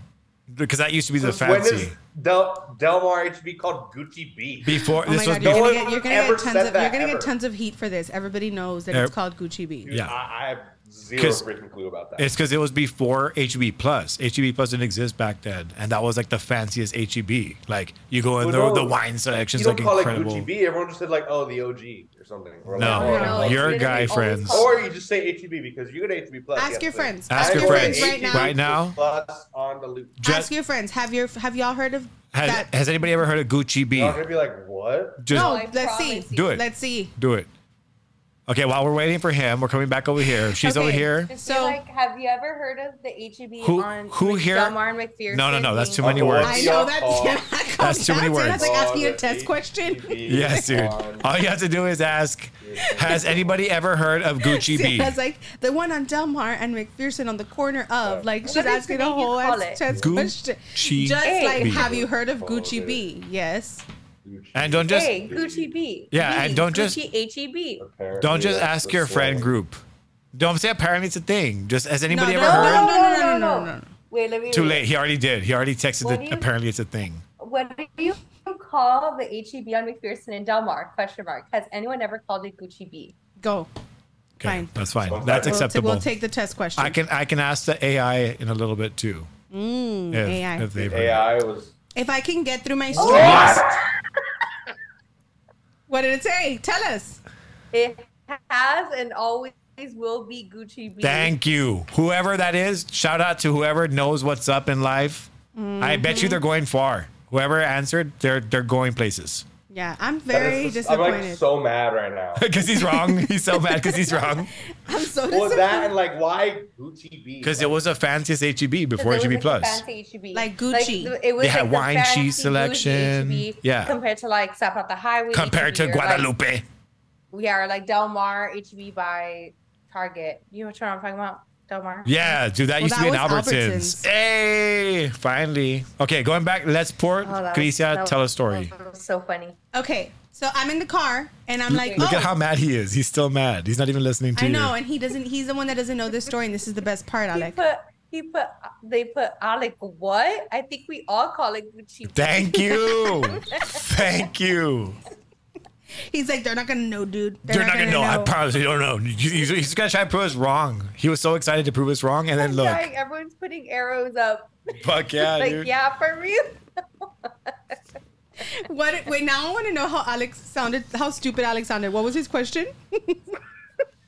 because that used to be the
When
fancy.
is Del Delmar HB called Gucci B?
Before
Oh my
this was
god, you're
No
gonna,
before.
one
get, you're gonna
ever
get tons
said
of
that,
you're gonna
ever.
get tons of heat for this. Everybody knows that
Ev-
it's called Gucci B.
Dude,
Yeah.
I, I have zero
'Cause-
freaking clue about that.
It's because it was before HEB Plus. HEB Plus didn't exist back then, and that was like the fanciest HEB. Like you go in
Who
there, the
knows?
wine selection's
you don't
like
call
incredible.
it Gucci B. Everyone just said like, oh, the OG or something. Or
No,
No,
like,
no,
oh,
it's
your
literally
guy
always
friends.
called-
Or you just say HEB because you get HEB plus.
Ask
yes,
your
but-
friends.
Ask your
your
friends
right now.
right now.
Plus on the loop.
Ju-
Ask your friends. Have your have y'all heard of
Has,
that?
has anybody ever heard of Gucci B?
Y'all gonna be like, what?
Just
no,
I
let's see.
promise you.
Do it.
Let's see.
do it. Okay, while we're waiting for him, we're coming back over here. She's over
Okay.
here.
Just
So-
so, like, have you ever heard of the HEB
Who-
on
who
like,
here-
Delmar and McPherson?
No, no, no, that's too many
Oh,
words.
I
What's
know
your
that's
call?
That's too many
That's
words.
like asking a
On
test
the
question.
HEB
Yes, dude.
on-
All you have to do is ask, has anybody ever heard of Gucci B?
That's like the one on Delmar and McPherson on the corner of. Like she's
What is
asking
the
a
name you
whole ass
call it?
test
Gucci
question.
B.
Just like,
Hey.
have you heard of
Oh,
Gucci
dude.
B? Yes.
Gucci.
And don't just
hey, Gucci B.
Yeah,
B,
and don't just-
Gucci E HEB.
Apparently
don't just
that's
ask
the
your friend
slang.
group. Don't say apparently it's a thing. Just has anybody
no,
ever
no,
heard?
no, no, no, no, no.
Wait, let me.
Too
read.
late. He already did. He already texted
What
that
do you-
apparently it's a thing.
What do you call the HEB on McPherson and Delmar? Question mark. Has anyone ever called it Gucci B?
Go.
Okay,
Fine.
That's fine. That's
Okay. We'll
We'll, ta-
acceptable.
we'll take the test question.
I can I can ask the AI in a little bit too.
Mm,
If,
AI.
if they've heard.
AI was.
If I can get through my
Oh.
streets. What did it say? Tell us.
It has and always will be Gucci B.
Thank you. Whoever that is, shout out to whoever knows what's up in life. I bet you they're going far. Whoever answered, they're they're going places.
Yeah, I'm
that
very
is just- I'm
disappointed.
like so mad right now.
Because he's wrong. he's so mad because he's wrong.
I'm so
well,
disappointed.
that and like why Gucci B?
Because it was the fanciest HEB
So
E
there
before
was,
HEB
like, the
Plus.
fancy E HEB.
Like Gucci.
Like, it was
They had
like the
wine,
fancy
cheese
Gucci
selection.
HEB
Yeah.
Compared to like South on the Highway.
Compared to
HEB, or, like,
Guadalupe.
yeah, or like Delmar HEB E by Target. You know what I'm talking about? Delmar.
Yeah, dude, that used to be
that
in
was
Albertsons.
Albertsons.
Hey, finally. Okay, going back, let's pour
Oh, that was-
Grisia
that
tell a
was-
story.
that was so funny.
okay, so I'm in the car and I'm like,
Look
oh,
at how mad he is. He's still mad. He's not even listening to
I
you.
know, and he doesn't. He's the one that doesn't know this story, and this is the best part,
He
Alec.
put he put they put Alec what? I think we all call it Gucci.
Thank you. Thank you.
He's like, they're not gonna know, dude. They're
You're not gonna know. I promise you don't know. You- He's, he's gonna try to prove us wrong. He was so excited to prove us wrong, and then
I'm
look,
dying. everyone's putting arrows up.
fuck yeah,
like
dude.
yeah, for real.
What? Wait, now I want to know how Alex sounded. How stupid Alex sounded. What was his question?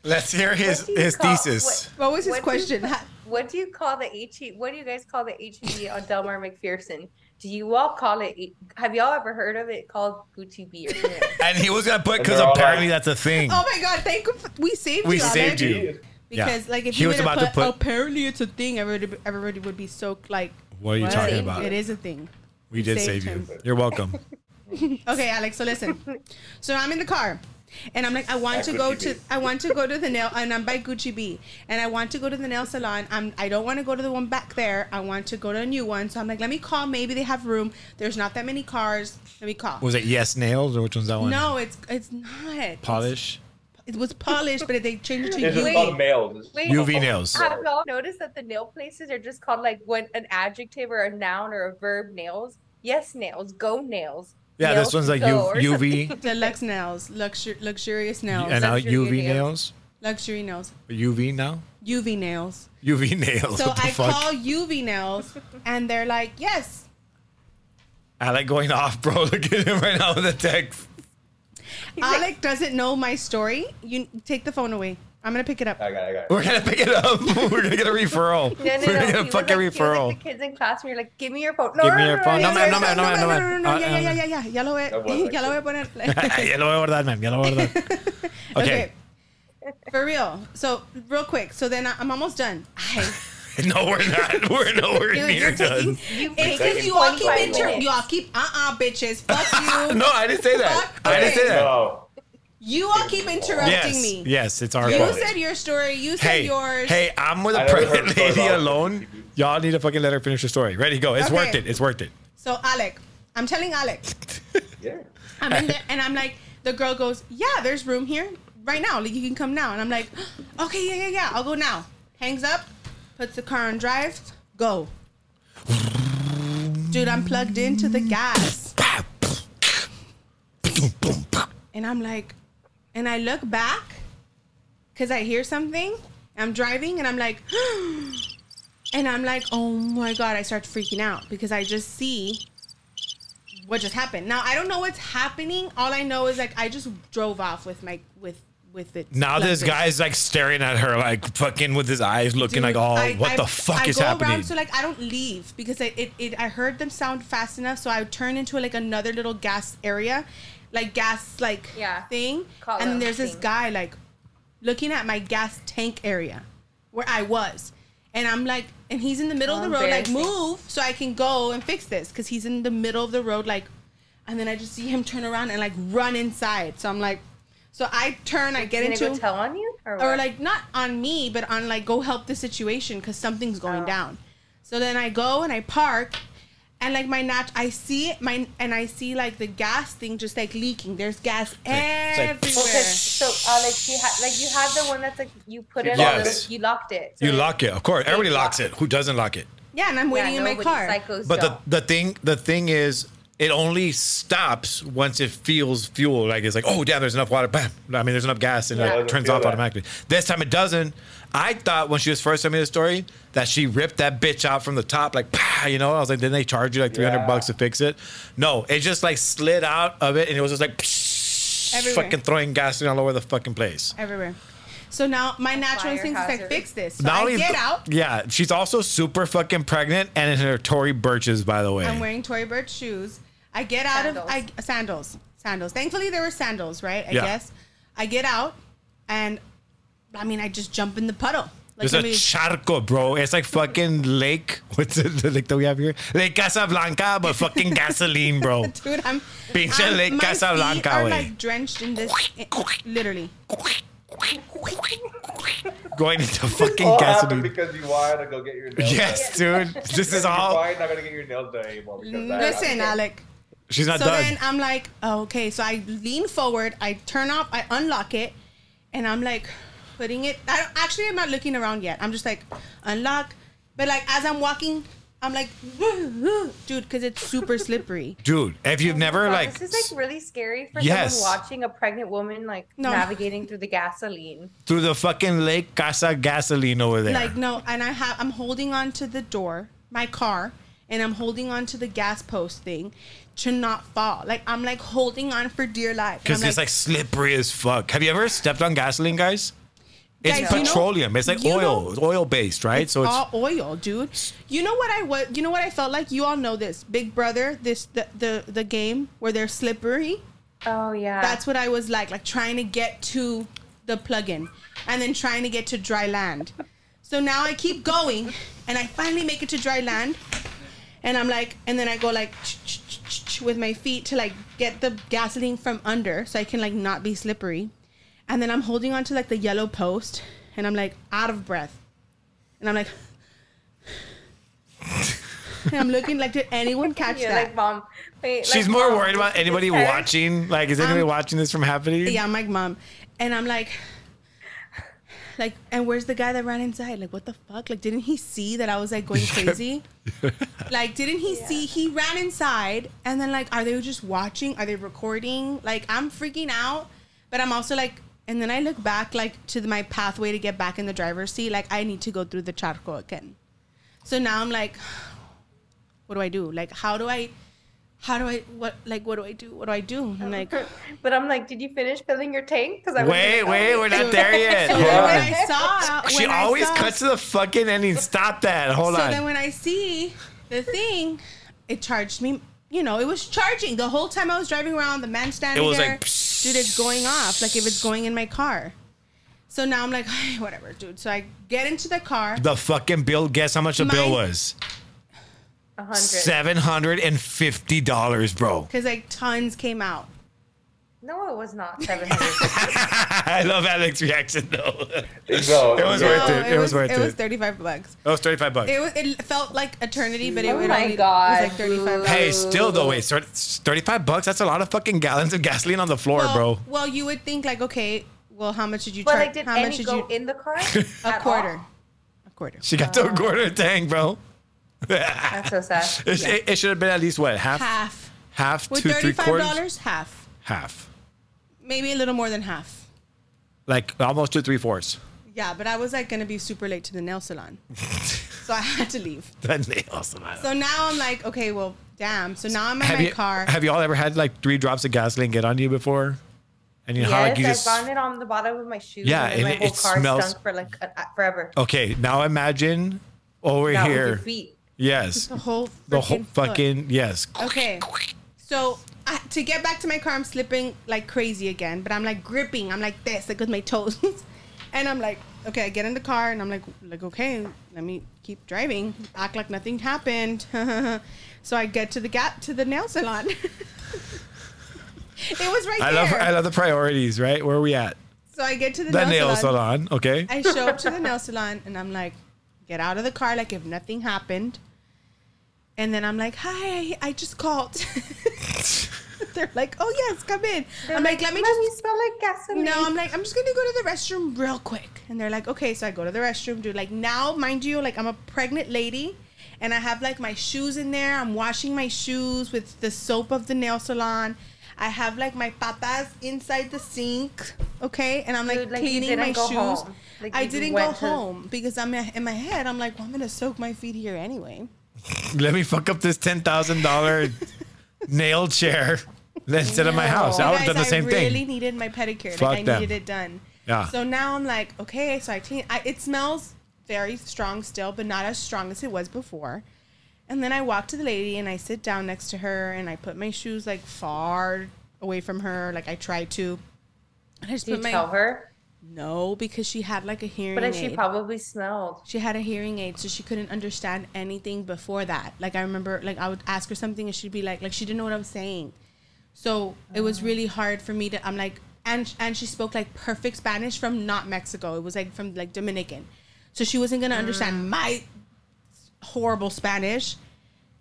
Let's hear his
What do you
his
call-
thesis.
what was his
What do you-
question? Ha-
What do you call the HE? What do you guys call the HEB on Delmar McPherson? Do you all call it? Have y'all ever heard of it called Gucci B? Or something?
And he was gonna put
And
because
they're all
apparently
like-
Oh
that's a thing.
oh my God! Thank you. for- We saved
We
you. Alex.
saved you.
Dude,
Yeah.
Because like if
He
you
was
was
about to
put,
put-
apparently it's a thing, everybody everybody would be so like
What are you talking about?
It is a thing.
We did
Saved
save you.
him.
You're welcome.
Okay, Alex. So listen. so I'm in the car, and I'm like, I want
At
to go
Gucci
to,
B.
I want to go to the nail, and I'm by Gucci B, and I want to go to the nail salon. I'm, I don't want to go to the one back there. I want to go to a new one. So I'm like, let me call. Maybe they have room. There's not that many cars. Let me call.
Was it Yes Nails or which one's that one?
no, it's it's not
Polish.
It was polished, but they changed it
It's
to
just
Wait.
you.
called males.
Wait. oh,
UV nails.
Have y'all noticed that the nail places are just called like when an adjective or a noun or a verb nails? Yes, nails. Go nails.
Yeah,
nails
this one's like
go, or
U- UV
Deluxe nails, luxur- luxurious nails,
and now
Luxury
UV
nails.
nails.
luxury nails,
UV now.
UV nails.
UV nails.
So
what the
I
fuck?
call UV nails, and they're like, yes.
I like going off, bro. Look at him right now with the text.
Alec doesn't know my story. You take the phone away. I'm gonna pick it up.
I got, it, I got. it.
We're gonna pick it up. We're gonna get a referral.
No, no,
We're
no.
gonna
He
get a
was like-
fucking
he was
referral.
like the kids in class, and you're like, "Give me your phone." No,
Give
no,
me
no,
your
no,
phone.
no,
No,
no,
ma'am,
no,
no, ma'am,
no,
no,
no,
ma'am.
No, no, no, no, ya, ya, ya, ya, ya. Ya lo voy
That was
a- ya lo voy a poner.
Ya lo voy a guardar, ma'am. Ya lo voy a guardar. Okay.
For real. So real quick. So then I, I'm almost done. I,
No, we're not. We're nowhere
Dude,
near
you're taking,
done.
you
it's because
taking
you all keep
25
inter-
minutes.
you all keep uh uh bitches. Fuck you.
No, I didn't say that.
Fuck
I didn't say
it.
that.
No.
You all keep interrupting
Yes,
me.
yes, it's our
You
fault.
said your story. You said
Hey,
yours.
hey, I'm with
I
a
never heard
pregnant
a story
lady
about-
alone. Y'all need to fucking let her finish her story. Ready, go. It's
Okay.
worth it. It's worth it.
So Alec, I'm telling Alec.
Yeah.
I'm in there, and I'm like, the girl goes, "Yeah, there's room here right now. Like you can come now." And I'm like, "Okay, yeah, yeah, yeah, I'll go now." Hangs up, puts the car on drive, go. Dude, I'm plugged into the gas, and I'm like, and I look back because I hear something. I'm driving, and I'm like, and I'm like, "Oh my god!" I start freaking out because I just see what just happened. Now I don't know what's happening. All I know is like I just drove off with my with with it.
Now
plugged
this
in.
guy's like staring at her, like fucking with his eyes looking
Dude,
like, oh,
I-
what
I-
the fuck
I
is
go
happening?
Around, so like I don't leave because I it, it I heard them sound fast enough, so I would turn into like another little gas area, like gas like
Yeah.
thing,
Column
and then there's this
thing.
guy like looking at my gas tank area where I was. And I'm like, and he's in the middle of the
How
road, like,
embarrassing.
move so I can go and fix this. Cause he's in the middle of the road, like, and then I just see him turn around and like run inside. So I'm like, so I turn, I get
Is
into
he gonna go tell on you or,
or
what?
like not on me, but on like go help the situation because something's going
Oh.
down. So then I go and I park, and like my nat, I see it, my and I see like the gas thing just like leaking. There's gas
It's like-
Well, 'cause-
everywhere.
so Alex, you had like you have the one that's like you put it on,
Yes.
the, you locked it. So
You
then-
lock it, of course. Everybody
lock
locks it.
it.
Who doesn't lock it?
Yeah, and I'm
Yeah,
waiting in my
nobody
car.
Psychos
But
don't.
the the thing the thing is, it only stops once it feels fuel. Like it's like, oh damn, there's enough water. Bam. I mean, there's enough gas, and
Yeah.
it
Doesn't
turns
feel
off
that.
automatically. This time it doesn't. I thought when she was first telling me the story that she ripped that bitch out from the top, like, "Pah," you know. I was like, then they charge you like 300
Yeah.
bucks to fix it. No, it just like slid out of it, and it was just like,
Everywhere.
fucking throwing gasoline all over the fucking place.
everywhere. So now my natural
fire
instinct is like
hazard.
fix this. So
Not
I
only-
get out.
Yeah, she's also super fucking pregnant and in her Tory Burches, by the way.
I'm wearing Tory Burch shoes. I get out of I,
Sandals.
sandals, sandals. Thankfully, there were sandals, right? I
Yeah.
guess. I get out, and I mean, I just jump in the puddle. Like,
There's
I
a
mean,
charco, bro. It's like fucking lake. What's it, the lake that we have here? Lake Casablanca, but fucking gasoline, bro.
dude, I'm.
Pinche
I'm-
Lake
my
Casablanca,
feet are
güey.
like drenched in this, literally.
Going into fucking
All
gasoline.
happened because you wanted Oh, to go get your nails
Yes, dude. This
done.
is
You're
all.
probably not gonna get your nails done anymore.
Mm,
Because that
Listen,
happened.
Alec.
She's not
so
done.
then I'm like, oh, okay. So I lean forward, I turn off, I unlock it, and I'm like putting it. I don't, actually, I'm not looking around yet. I'm just like unlock, but like as I'm walking, I'm like, dude, because it's super slippery.
Dude, if you've never,
God,
like.
this is like really scary for
Yes.
someone watching a pregnant woman like
No.
navigating through the gasoline.
through the fucking Lake Casa gasoline over there.
Like no, and I have I'm holding on to the door, my car, and I'm holding on to the gas post thing to not fall. Like I'm like holding on for dear life. And
Because
I'm
it's like slippery as fuck. Have you ever stepped on gasoline, guys? It's
Guys, you know-
petroleum. it's like
you
oil.
know-
it's oil based, right?
It's
so it's
all oil, dude. You know what I was? You know what I felt like? You all know this, Big Brother. This the the, the game where they're slippery.
Oh yeah.
That's what I was like, like trying to get to the plug-in and then trying to get to dry land. So now I keep going and I finally make it to dry land and I'm like and then I go like with my feet to like get the gasoline from under so I can like not be slippery. And then I'm holding on to like the yellow post and I'm like out of breath. And I'm like and I'm looking like did anyone catch
You're
that?
like, mom, wait.
She's
like,
more
Mom,
worried about
this
anybody
is her."
watching. Like, is anybody
Um,
watching this from happening?
Yeah, I'm like, mom. And I'm like, like, and where's the guy that ran inside? Like, what the fuck? Like, didn't he see that I was like going crazy? like, didn't he see? He ran inside, and then like, are they just watching? Are they recording? Like, I'm freaking out, but I'm also like, and then I look back like to my pathway to get back in the driver's seat. Like, I need to go through the charco again. So now I'm like, what do I do? Like, how do I? How do I what like what do I do? What do I do? I'm like
But I'm like, did you finish filling your tank? Because I was oh,
Wait,
gonna
wait,
go.
we're not there yet.
So
Hold
then when
on.
I saw,
She
when I
always
saw-
cuts to the fucking ending. Stop that. Hold
So
on.
then when I see the thing, it charged me. You know, it was charging the whole time I was driving around. The man standing
It was
there,
like, psh.
dude, it's going off. Like if it's going in my car. So now I'm like, whatever, dude. So I get into the car.
the fucking bill. Guess how much the bill
Mine-
was?
A hundred.
Seven hundred and fifty dollars, bro.
Cause like tons came out.
No, it was not seven hundred.
I love Alex's reaction though.
No,
It was worth it. It was worth
it was
it.
35 bucks.
That was Oh, thirty-five bucks.
It was. It felt like eternity, but it,
Oh
it
my
only,
God.
it was like 35. bucks.
Hey, still though, wait, thir- thirty-five bucks? That's a lot of fucking gallons of gasoline on the floor,
well,
bro.
Well, you would think like, okay, well, how much did you
but
charge?
like, did
how much
any
did
go
you?
in the car?
A
At
quarter.
all?
A quarter.
She got to a quarter tank, bro.
That's so sad.
It, it, it should have been at least what half, half,
Half. With
two, three
thirty-five
quarters,
dollars, half.
half,
Maybe a little more than half.
like almost two, three fourths.
Yeah, but I was like gonna be super late to the nail salon, so I had to leave.
That nails them
So now I'm like, okay, well, damn. So now I'm in
have
my
you,
car.
Have y'all ever had like three drops of gasoline get on you before? And you know how
Yes,
like you
I
just
found it on the bottom of my shoes.
Yeah,
and then
and
my
it-
whole
it
car
smells-
stunk for like a, forever.
okay. Now imagine over
Not with your
here.
feet.
Yes,
the whole
the whole
freaking foot.
fucking yes.
Okay. So I, to get back to my car, I'm slipping like crazy again, but I'm like gripping. I'm like this, like with my toes. and I'm like, okay, I get in the car and I'm like, like okay, let me keep driving. Act like nothing happened. so I get to the gap to the nail salon. it was right
I
there.
love I love the priorities. Right, where are we at?
so I get to the,
The
nail,
nail
salon.
salon. Okay.
I show up to the nail salon and I'm like, get out of the car like if nothing happened. And then I'm like, hi, I just called. They're like, oh yes, come in. I'm like, let me
Mommy,
just.
smell like gasoline.
No, I'm like, I'm just gonna go to the restroom real quick. And they're like, okay. So I go to the restroom, dude. Like now, mind you, like I'm a pregnant lady, and I have like my shoes in there. I'm washing my shoes with the soap of the nail salon. I have like my papas inside the sink, okay. And I'm like
Dude, like, you
cleaning
didn't
my
go
shoes.
home. Like,
I
you
didn't go
went to-
home because I'm in my head. I'm like, well, I'm gonna soak my feet here anyway.
Let me fuck up this ten thousand dollar nail chair instead of my house. Oh, I
You
would have done the
Oh, guys,
same
I really
thing.
needed my pedicure.
Fuck
like I
them.
needed it done.
Yeah.
So now I'm like, okay, so I clean. I, it smells very strong still, but not as strong as it was before. And then I walk to the lady and I sit down next to her and I put my shoes like far away from her, like I try to. And I just
Did
put
you
my
tell her?
no because she had like a hearing.
But then she
aid.
probably smelled.
She had a hearing aid, so she couldn't understand anything before that. Like I remember, like I would ask her something, and she'd be like, like she didn't know what I'm saying. So it was really hard for me to. I'm like, and and she spoke like perfect Spanish from not Mexico. It was like from like Dominican, so she wasn't gonna understand my horrible Spanish.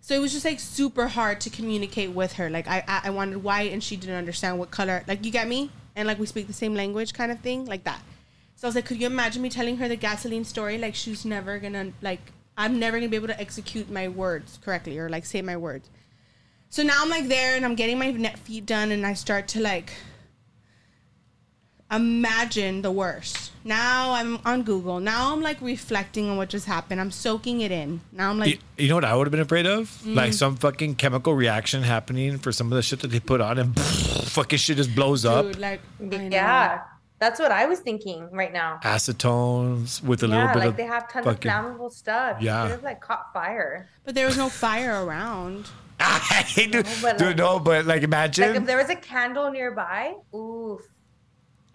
So it was just like super hard to communicate with her. Like I, I, I wanted white, and she didn't understand what color. Like you get me, and like we speak the same language, kind of thing, like that. So I was like, could you imagine me telling her the gasoline story? Like she's never gonna like I'm never gonna be able to execute my words correctly or like say my words. So now I'm like there and I'm getting my net feet done and I start to like imagine the worst. Now I'm on Google. Now I'm like reflecting on what just happened. I'm soaking it in. Now I'm
You,
like
you know what I would have been afraid of? Like some fucking chemical reaction happening for some of the shit that they put on, and fucking shit just blows up.
dude, like I know.
Yeah, that's what I was thinking right now.
Acetones with a little
yeah,
bit
like
of
they have tons
fucking-
of flammable stuff. It
Yeah.
could have like caught fire.
But there was no fire around.
I do,
but
dude,
like-
no, but like
Like
imagine.
if there was a candle nearby, oof.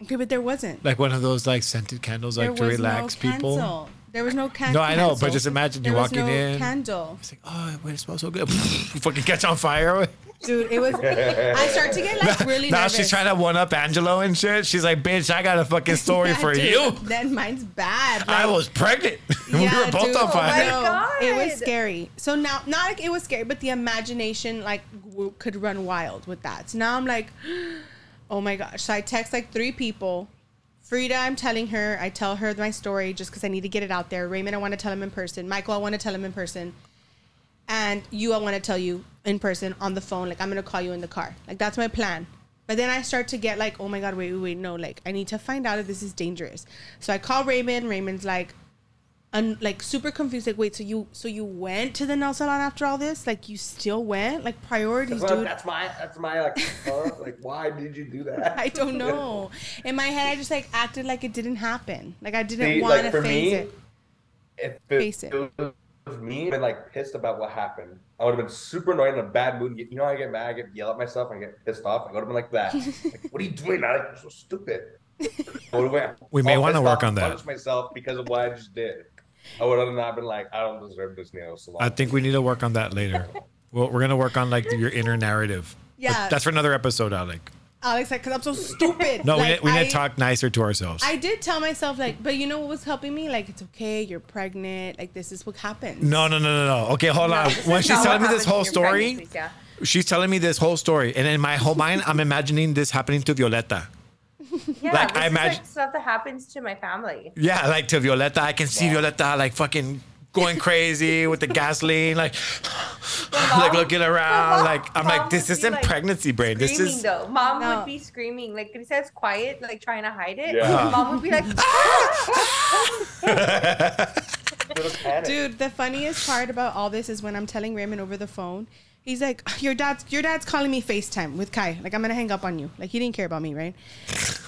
Okay, but there wasn't.
Like one of those like scented candles, like to
there was
relax people.
Candle. There was no candle.
No, I know, but just imagine
there
you're
was
walking
no
in.
Candle,
It's like, oh, wait, it smells so good. You fucking catch on fire.
dude. It was. I start to get like really
now
nervous.
she's trying to one up Angelo and shit. She's like, bitch, I got a fucking story
Yeah,
for
dude,
you.
Then mine's bad.
I
like-
was pregnant. we were both
dude,
on fire.
no,
God.
It was scary. So now, not like it was scary, but the imagination like w- could run wild with that. So now I'm like, oh my gosh. So I text like three people. Frida, I'm telling her. I tell her my story just because I need to get it out there. Raymond, I want to tell him in person. Michael, I want to tell him in person. And you, I want to tell you in person on the phone. Like I'm gonna call you in the car. Like that's my plan. But then I start to get like, oh my god, wait, wait, wait, no. Like I need to find out if this is dangerous. So I call Raymond. Raymond's like, un- like super confused. Like, wait, so you so you went to the nail salon after all this? Like, you still went? Like priorities,
That's,
dude.
that's my that's my like huh? like why did you do that?
I don't know. In my head, I just like acted like it didn't happen. Like I didn't
See,
want
like,
to
for
face
me,
it.
if
Face
it,
it.
it was me, I'd been like pissed about what happened. I would have been super annoyed in a bad mood. You know, how I get mad, I get yell at myself, I get pissed off. I would have been like that. like, what are you doing? I like, you're so stupid. I would've went
We may
all
wanna
pissed
work
off
on
and
that.
punched myself because of what I just did. I would have not been like, I don't deserve this nail salon.
I think we need to work on that later. well, we're gonna work on like your inner narrative. But
Yeah.
that's for another episode, Alec.
Alex, like, cause I'm so stupid.
No, we,
Like,
need, we need
I-
to talk nicer to ourselves.
I did tell myself like, but you know what was helping me? Like, it's okay. You're pregnant. Like, this is what happens.
no, no, no, no, no. Okay, hold on.
This is
When
not
she's
what
telling me
happens
this
in
whole
your
story,
pregnancies, yeah.
she's telling me this whole story, and in my whole mind, I'm imagining this happening to Violeta.
Yeah,
Like,
this
I
is
imagine-
like stuff that happens to my family.
Yeah, like to Violeta, I can see Violeta like fucking going crazy with the gasoline, like like looking around.
mom-
like I'm
mom
like, this
would be,
isn't
like,
pregnancy brain. This
screaming
is
though. Mom
No.
would be screaming. Like Grisel's quiet, like trying to hide it.
Yeah.
Mom would be like, "Ah!"
Just panic.
Dude, the funniest part about all this is when I'm telling Raymond over the phone. He's like, "Your dad's your dad's calling me FaceTime with Kai. Like I'm gonna hang up on you. Like he didn't care about me, right?"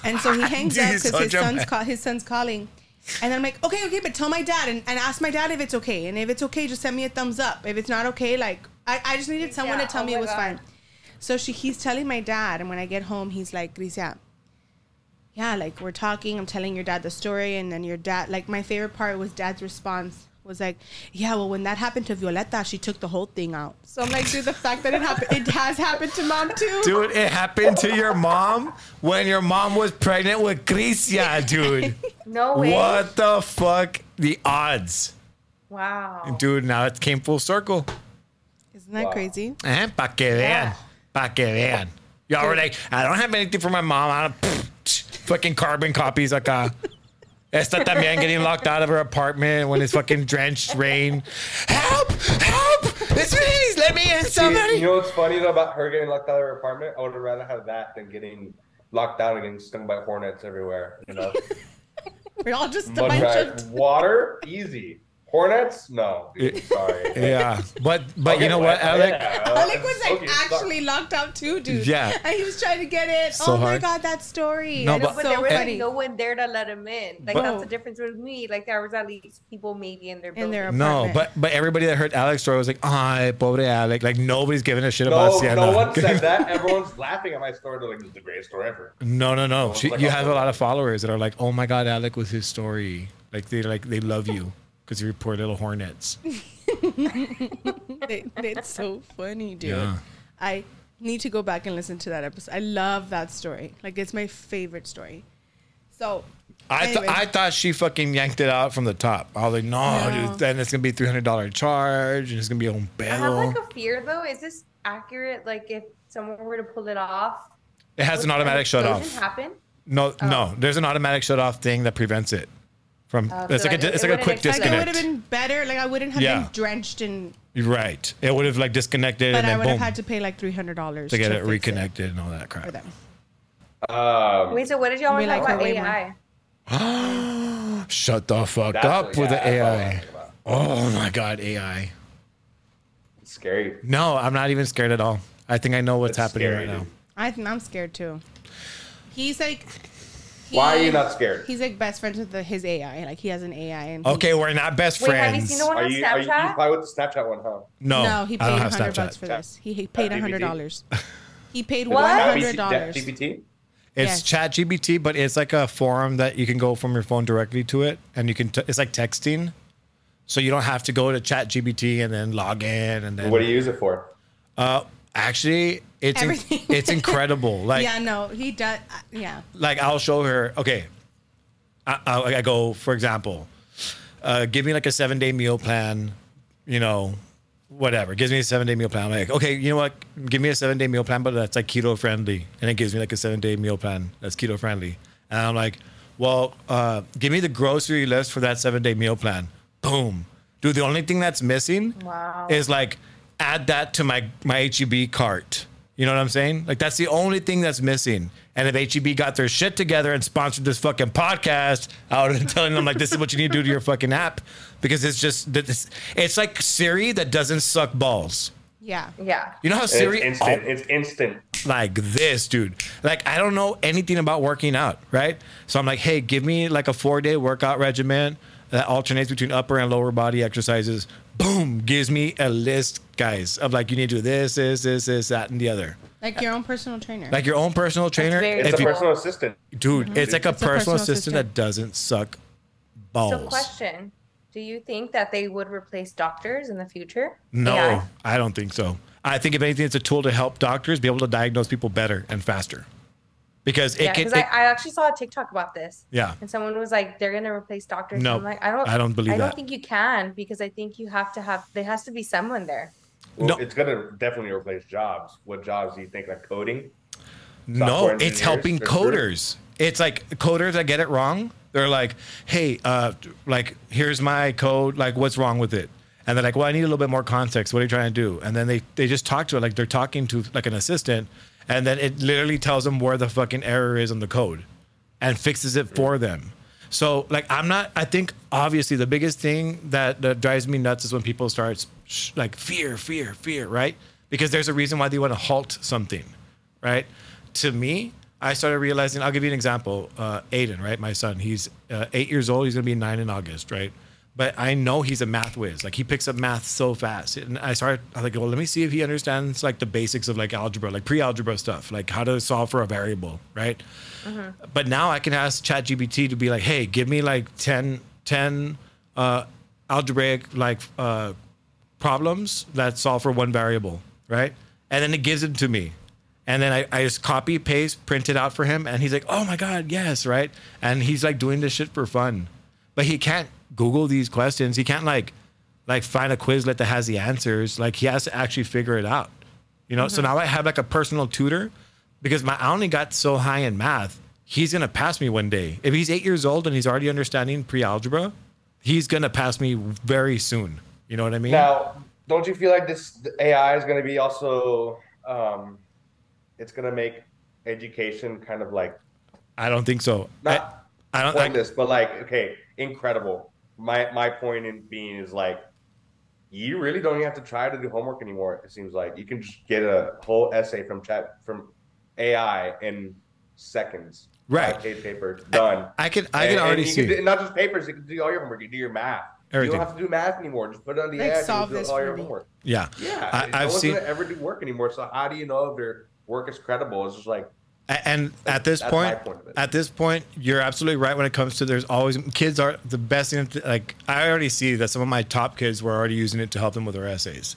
And so he hangs
Dude,
up
he's
because
so
his son's
dramatic.
call, his son's calling. And I'm like, "Okay, okay, but tell my dad and, and ask my dad if it's okay. And if it's okay, just send me a thumbs up. If it's not okay, like I, I just needed someone
Yeah,
to tell
oh
me it
my
was
God.
fine." So she he's telling my dad, and when I get home, he's like, "Grisia, yeah, like we're talking, I'm telling your dad the story, and then your dad, like my favorite part was dad's response was like, yeah, well, when that happened to Violeta, she took the whole thing out. So I'm like, dude, the fact that it happened, it has happened to mom too.
Dude, it happened to your mom when your mom was pregnant with Crisia, dude.
"No way!
what the fuck? The odds.
Wow!
Dude, now it came full circle.
Isn't that
Wow.
crazy?
Eh? Pa que vean. Pa que vean. Y'all were like, I don't have anything for my mom. I don't, fucking carbon copies acá. Esta también getting locked out of her apartment when it's fucking drenched rain. Help! Help! It's me! Let me in,
See,
somebody!
You know what's funny though about her getting locked out of her apartment? I would have rather have that than getting locked down and getting stung by hornets everywhere. You know,
We're all just a
Mud
bunch
rats.
of.
water, easy. Hornets, no. Dude, sorry.
yeah, but but
Okay,
you know what,
well,
Alec?
yeah, uh,
Alec was like
okay, suck.
actually locked out too, dude.
Yeah.
And he was trying to get it.
So
oh my
hard.
God, that story.
No,
No,
but-
but,
But
so
there was like
funny.
no one there to let him in. Like
But-
that's the difference with me. Like there was at least people maybe in their
In
building.
their
No,
apartment.
but but everybody that heard Alec's story was like, "Ay, pobre Alec." Like nobody's giving a shit about
No,
Sienna.
no one said that. Everyone's laughing at my story. They're like, "This is the greatest story ever."
no, no, no. She,
Like,
you
oh.
have a lot of followers that are like, "Oh my god, Alec with his story." Like they like they love you because you're poor little hornets.
They- It's so funny, dude.
Yeah.
I need to go back and listen to that episode. I love that story. Like it's my favorite story. So
I th-
Anyway.
I thought she fucking yanked it out from the top. I was like, "No,
No.
dude, then it's gonna be three hundred dollar charge, and it's gonna be on
I have
bail."
like a fear though. Is this accurate? Like if someone were to pull it off,
it has
would
an automatic shut
explosion
off.
Happen?
No, no, there's an automatic shut off thing that prevents it from.
Oh,
it's
so
like
like
a,
it-
it's
it
like a
wouldn't
quick
like
expect-
it
disconnect.
would have been better. Like I wouldn't have
Yeah.
been drenched in
Right. It would have like disconnected
but
and
I
then
would have
boom
had to pay like three hundred dollars
to get it
fix
reconnected and all that
for
crap.
them.
Um,
Wait, so what did y'all
We
want
like
to talk
her
about
way more.
AI?
Shut the fuck
that's
up
what-
with
yeah,
the
that's what I was
AI.
thinking about.
Oh my god, AI.
It's scary.
No, I'm not even scared at all. I think I know what's
It's
happening right
scary,
now.
dude.
I think I'm scared too. He's like
Why are
he-
you not scared?
He's like best friends with the, his AI. Like he has an AI and he-
Okay, we're not best
Wait, have you
friends.
seen the one
Are
on
you, are you, you
Snapchat?
probably with the Snapchat one, huh?
no,
no, he paid
I don't have
hundred bucks
Snapchat.
for this. He, he paid
Chat
hundred
GPT?
dollars. He paid
What?
one
Chat
hundred
GPT?
dollars.
Chat GPT?
It's Chat GBT, but it's like a forum that you can go from your phone directly to it, and you can. T- it's like texting, so you don't have to go to Chat GBT and then log in and then.
What do you use it for?
uh, actually, it's in-
Everything.
it's incredible. Like
yeah, no, he does. Uh, yeah.
like I'll show her. Okay, I, I, I go for example, uh, give me like a seven day meal plan. You know, whatever. Gives me a seven day meal plan. I'm like, okay, you know what? Give me a seven day meal plan, but that's like keto friendly, and it gives me like a seven day meal plan that's keto friendly. And I'm like, well, uh, give me the grocery list for that seven day meal plan. Boom. Dude, the only thing that's missing
Wow.
is like add that to my my HEB cart. You know what I'm saying? Like that's the only thing that's missing. And if HEB got their shit together and sponsored this fucking podcast, I would have been telling them like this is what you need to do to your fucking app because it's just that this it's like Siri that doesn't suck balls.
Yeah.
Yeah.
You know how
It's
Siri oh.
instant. It's instant.
like this, dude. Like I don't know anything about working out, right? So I'm like, hey, give me like a four day workout regimen that alternates between upper and lower body exercises. Boom, gives me a list, guys, of like you need to do this, this, this, this, that, and the other.
Like your own personal trainer.
Like your own personal trainer,
very
if
It's a
you,
cool.
personal assistant.
dude, it's like a
a
personal,
personal
assistant
assistant.
that doesn't suck
So,
balls.
question: Do you think that they would replace doctors in the future?
no,
AI?
I don't think so. I think if anything, it's a tool to help doctors be able to diagnose people better and faster, because it
Yeah,
can.
because
it-
I, I actually saw a TikTok about this.
Yeah.
And someone was like, "They're gonna replace doctors."
No,
I'm like, I don't.
I don't believe
I don't
that.
think you can because I think you have to have. There has to be someone there.
Well,
No.
It's gonna definitely replace jobs. What jobs do you think? Like coding?
No,
software
it's
engineers,
helping
they're
coders. It's like coders that get it wrong. They're like, hey, uh, like here's my code. Like, what's wrong with it? And they're like, well, I need a little bit more context. What are you trying to do? And then they they just talk to it like they're talking to like an assistant, and then it literally tells them where the fucking error is on the code, and fixes it for them. So like I'm not. I think obviously the biggest thing that, that drives me nuts is when people start sh- like fear, fear, fear, right? Because there's a reason why they want to halt something right? To me, I started realizing. I'll give you an example. Uh, Aiden, right? My son. He's uh, eight years old. He's gonna be nine in August, right? But I know he's a math whiz. Like he picks up math so fast. And I started. I was like, well, let me see if he understands like the basics of like algebra, like pre-algebra stuff, like how to solve for a variable, right? But now I can ask ChatGPT to be like, hey, give me like 10, 10 uh, algebraic like uh, problems that solve for one variable, right? And then it gives them to me. And then I, I just copy, paste, print it out for him. And he's like, oh my God, yes, right? And he's like doing this shit for fun. But he can't Google these questions. He can't like like find a Quizlet that has the answers. Like he has to actually figure it out. You know,
Mm-hmm.
so now I have like a personal tutor because my I only got so high in math. He's gonna pass me one day. If he's eight years old and he's already understanding pre-algebra, he's gonna pass me very soon. You know what I mean?
Now, don't you feel like this the AI is going to be also? Um, it's going to make education kind of like
I don't think so.
not
I, I don't. I,
pointless, but like okay, incredible. My my point in being is like, you really don't even have to try to do homework anymore. It seems like you can just get a whole essay from chat from AI in seconds.
Right.
Five-page paper done.
I can. I can
And- and
already
you
see.
do- and not just papers. You can do all your homework. You do your math.
Everything.
You don't have to do math anymore. Just put it on the
Like,
AI. and
solve
do
this
all
for
your
me.
homework.
yeah.
Yeah,
I,
it- no
I've
one's
seen.
gonna ever do work anymore. So how do you know if their work is credible? It's just like
A- and at this
that's
point,
my point of it.
at this point you're absolutely right when it comes to there's always kids are the best thing to- like i already see that some of my top kids were already using it to help them with their essays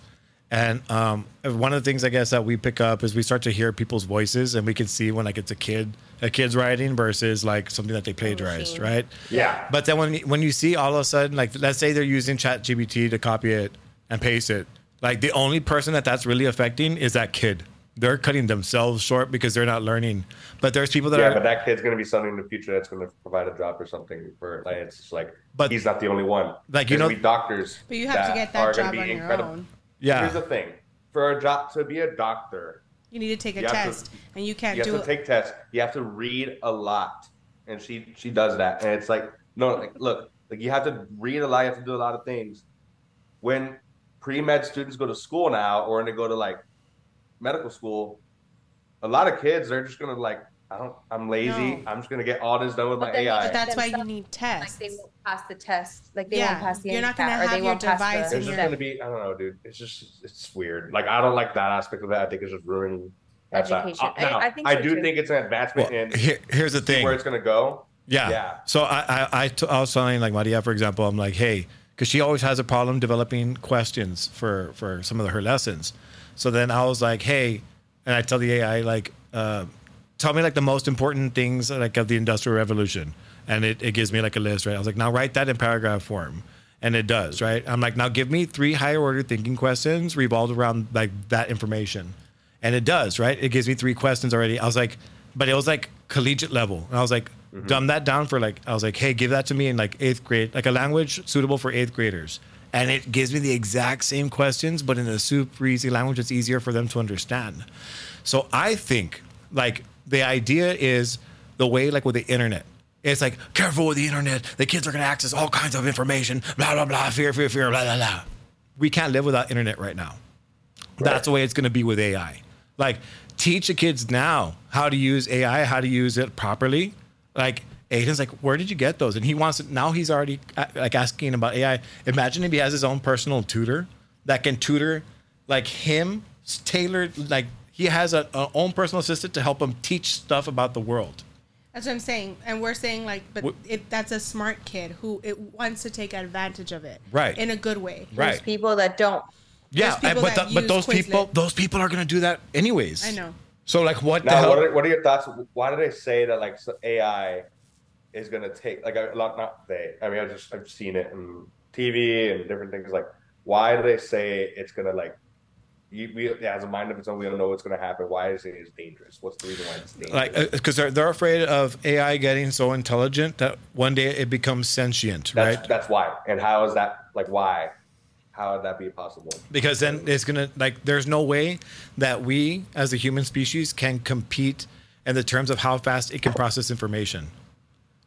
and um, one of the things i guess that we pick up is we start to hear people's voices and we can see when like it's a kid a kid's writing versus like something that they plagiarized
machine.
right
yeah,
but then when when you see all of a sudden, like let's say they're using ChatGPT to copy it and paste it, like the only person that that's really affecting is that kid. They're cutting themselves short because they're not learning. But there's people that
yeah,
are.
but that kid's gonna be something in the future that's gonna provide a job or something for. Like, it's just like,
But-
but he's not the only one.
Like, you
There's gonna
know-
be doctors.
But you have to get
are
that
gonna
job
be
on your
incredible.
own.
Here's the
yeah,
thing: for a job to be a doctor,
You need to take a
You have to-
test, and you can't
you
do
have to
it.
take tests. You have to read a lot, and she she does that. And it's like no, like look, like you have to read a lot. You have to do a lot of things. When pre med students go to school now, or when they go to like medical school, a lot of kids they're just gonna like I don't I'm lazy.
No.
I'm just gonna get all this done with
But
my
then they
But
AI.
that's why you
Themselves,
need
Like
tests.
they won't pass the test. Like they
Yeah,
won't pass the.
you're not gonna
MCAT, or
have
they
your
won't pass
device
the-
in
There's just
your-
gonna be I don't know, dude. It's just it's weird. Like I don't like that aspect of it. I think it's just ruining That's not-
education.
uh, now,
I, I think so
do
too.
think it's an
Well,
advancement in
here, here's the thing.
where it's going to go.
Yeah.
Yeah.
So I, I, I, t- I was telling like Maria, for example, I'm like, hey, because she always has a problem developing questions for for some of her lessons. So then I was like, hey, and I tell the AI like, uh, tell me like the most important things like of the Industrial Revolution, and it, it gives me like a list, right? I was like, now write that in paragraph form. And it does, right? I'm like, now give me three higher order thinking questions revolved around like that information. And it does, right? It gives me three questions already. I was like, but it was like collegiate level. And I was like, dumb that down for like, I was like, hey, give that to me in like eighth grade, like a language suitable for eighth graders. And it gives me the exact same questions, but in a super easy language that's easier for them to understand. So I think like the idea is the way like with the internet. It's like careful with the internet. The kids are gonna access all kinds of information. Blah blah blah. Fear fear fear. Blah blah blah. We can't live without internet right now. That's the way it's going to be with AI. Like, teach the kids now how to use AI, how to use it properly. Like, Aiden's like, where did you get those? And he wants to, now he's already uh, like asking about AI. Imagine if he has his own personal tutor that can tutor like him, s- tailored, like he has a, a own personal assistant to help him teach stuff about the world.
That's what I'm saying, and we're saying like, but
Wh-
it, that's a smart kid who it wants to take advantage of it,
Right.
In a good way,
There's people that don't.
Yeah.
There's
I-
people
But,
that
the, but
use
those people,
Quizlet.
those people are going to do that anyways.
I know.
So like what the
Now,
hell?
what are, what are your thoughts? Why do they say that like so- AI is gonna take like a lot? Not they. I mean, I just I've seen it in TV and different things. Like, why do they say it's gonna like? You, we, it has a mind of its own. We don't know what's gonna happen. Why is it is dangerous? What's the reason why it's dangerous?
like uh, because they're, they're afraid of AI getting so intelligent that one day it becomes sentient,
that's,
right?
that's why. And how is that like? Why? How would that be possible?
Because then it's gonna like there's no way that we as a human species can compete in the terms of how fast it can process information.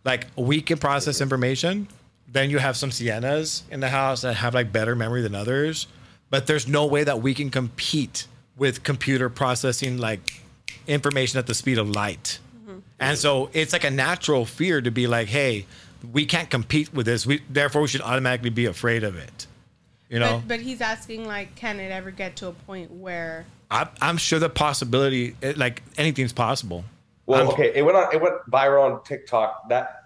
Like we can process information. Then you have some Siennas in the house that have like better memory than others, but there's no way that we can compete with computer processing like information at the speed of light. And so it's like a natural fear to be like, hey, we can't compete with this. We therefore we should automatically be afraid of it. You know,
But, but he's asking like, can it ever get to a point where
I'm, I'm sure the possibility, it- like anything's possible.
Well,
I'm-
okay, it went on. It went viral on TikTok. That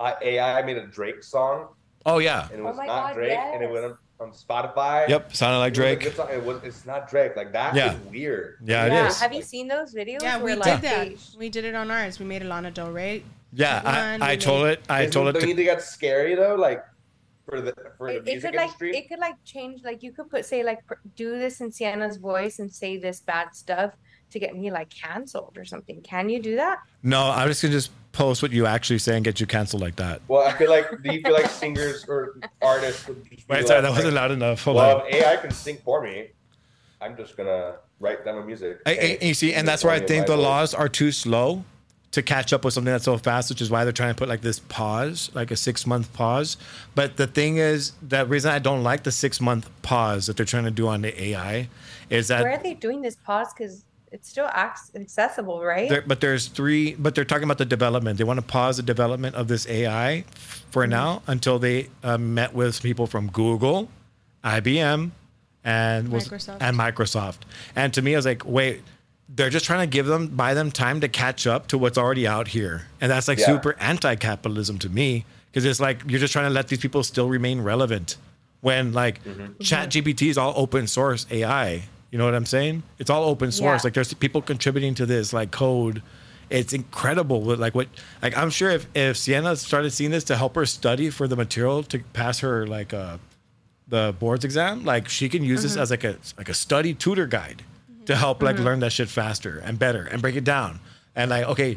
I, AI made a Drake song,
Oh yeah.
and it was
my
not
God,
Drake, and it
yes.
went on, on Spotify.
Yep. Sounded like
It was a
Drake.
good song. It was, it's not Drake. Like that is
Yeah.
weird.
Yeah,
yeah.
it is.
Have you seen those videos?
yeah, we
where,
did
like,
that.
they-
We did it on ours. We made a Lana Del Rey.
Yeah.
One
I, I
minute.
told it. I
Isn't-
told it
Don't you
to.
think that's scary though? Like for the for the
It, it
music
could like
industry.
it could like change like you could put say like pr- do this in Sienna's voice and say this bad stuff to get me like canceled or something. Can you do that?
No, I'm just gonna just post what you actually say and get you canceled like that.
well, I feel like do you feel like singers or artists would just be
Wait,
like,
sorry, that wasn't
like,
loud enough. Hold on.
well, if AI can sing for me. I'm just gonna write down the music.
I,
Hey,
I- you see, and
sing
that's
for
where I
me in
think
my
the
voice.
laws are too slow to catch up with something that's so fast, which is why they're trying to put like this pause, like a six month pause. But the thing is, the reason I don't like the six month pause that they're trying to do on the AI is that
Where are they doing this pause? Because it's still ac- accessible, right?
There, but there's three. But they're talking about the development. They want to pause the development of this AI for now until they uh, met with people from Google, IBM, and was-
Microsoft.
and Microsoft. And to me, I was like, wait, they're just trying to give them buy them time to catch up to what's already out here, and that's like
Yeah.
super anti-capitalism to me because it's like you're just trying to let these people still remain relevant when like chat gpt is all open source ai you know what i'm saying it's all open source
Yeah.
like there's people contributing to this like code it's incredible what like what like i'm sure if if sienna started seeing this to help her study for the material to pass her like uh the boards exam like she can use this as like a like a study tutor guide to help like learn that shit faster and better and break it down and like okay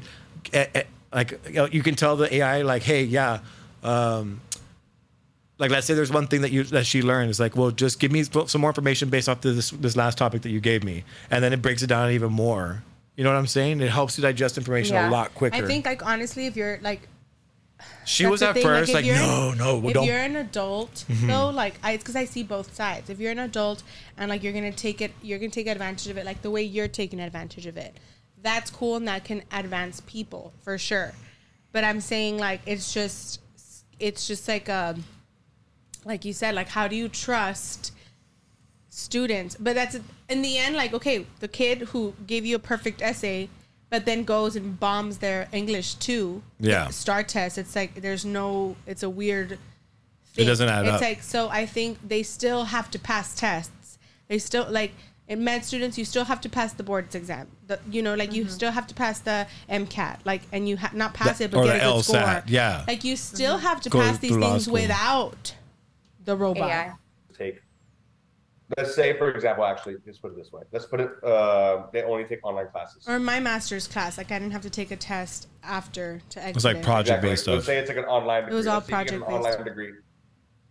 eh, eh, like you, know, you can tell the ai like hey yeah um like let's say there's one thing that you that she learned is like well just give me some more information based off this this last topic that you gave me and then it breaks it down even more you know what i'm saying it helps you digest information
Yeah.
a lot quicker
I think like honestly, if you're like
she
That's
was
the
at
thing, like,
first
if
like,
you're-
no no well,
if
don't Mm-hmm.
you're an adult though like i because i see both sides if you're an adult and like you're gonna take it you're gonna take advantage of it like the way you're taking advantage of it that's cool and that can advance people for sure but i'm saying like it's just it's just like um like you said like how do you trust students. But that's in the end, like, okay, the kid who gave you a perfect essay, but then goes and bombs their English too.
Yeah.
Star test. It's like, there's no, it's a weird thing.
doesn't add
it's
up.
like, so I think they still have to pass tests. They still, like, in med students, you still have to pass the boards exam. The, you know, like, you still have to pass the MCAT, like, and you ha- not pass
The-
it, but
or
get a
the
good score.
LSAT, yeah.
Like, you still have to
Go
pass these
through law
things
school.
without the robot.
AI.
take. Let's say, for example, actually, let's put it this way. Let's put it. Uh, they only take online classes.
or my master's class. Like I didn't have to take a test after to exit.
It's like
it.
project based stuff.
Let's say it's like an online. Degree.
was all
Let's say you get an
project-based.
Online degree.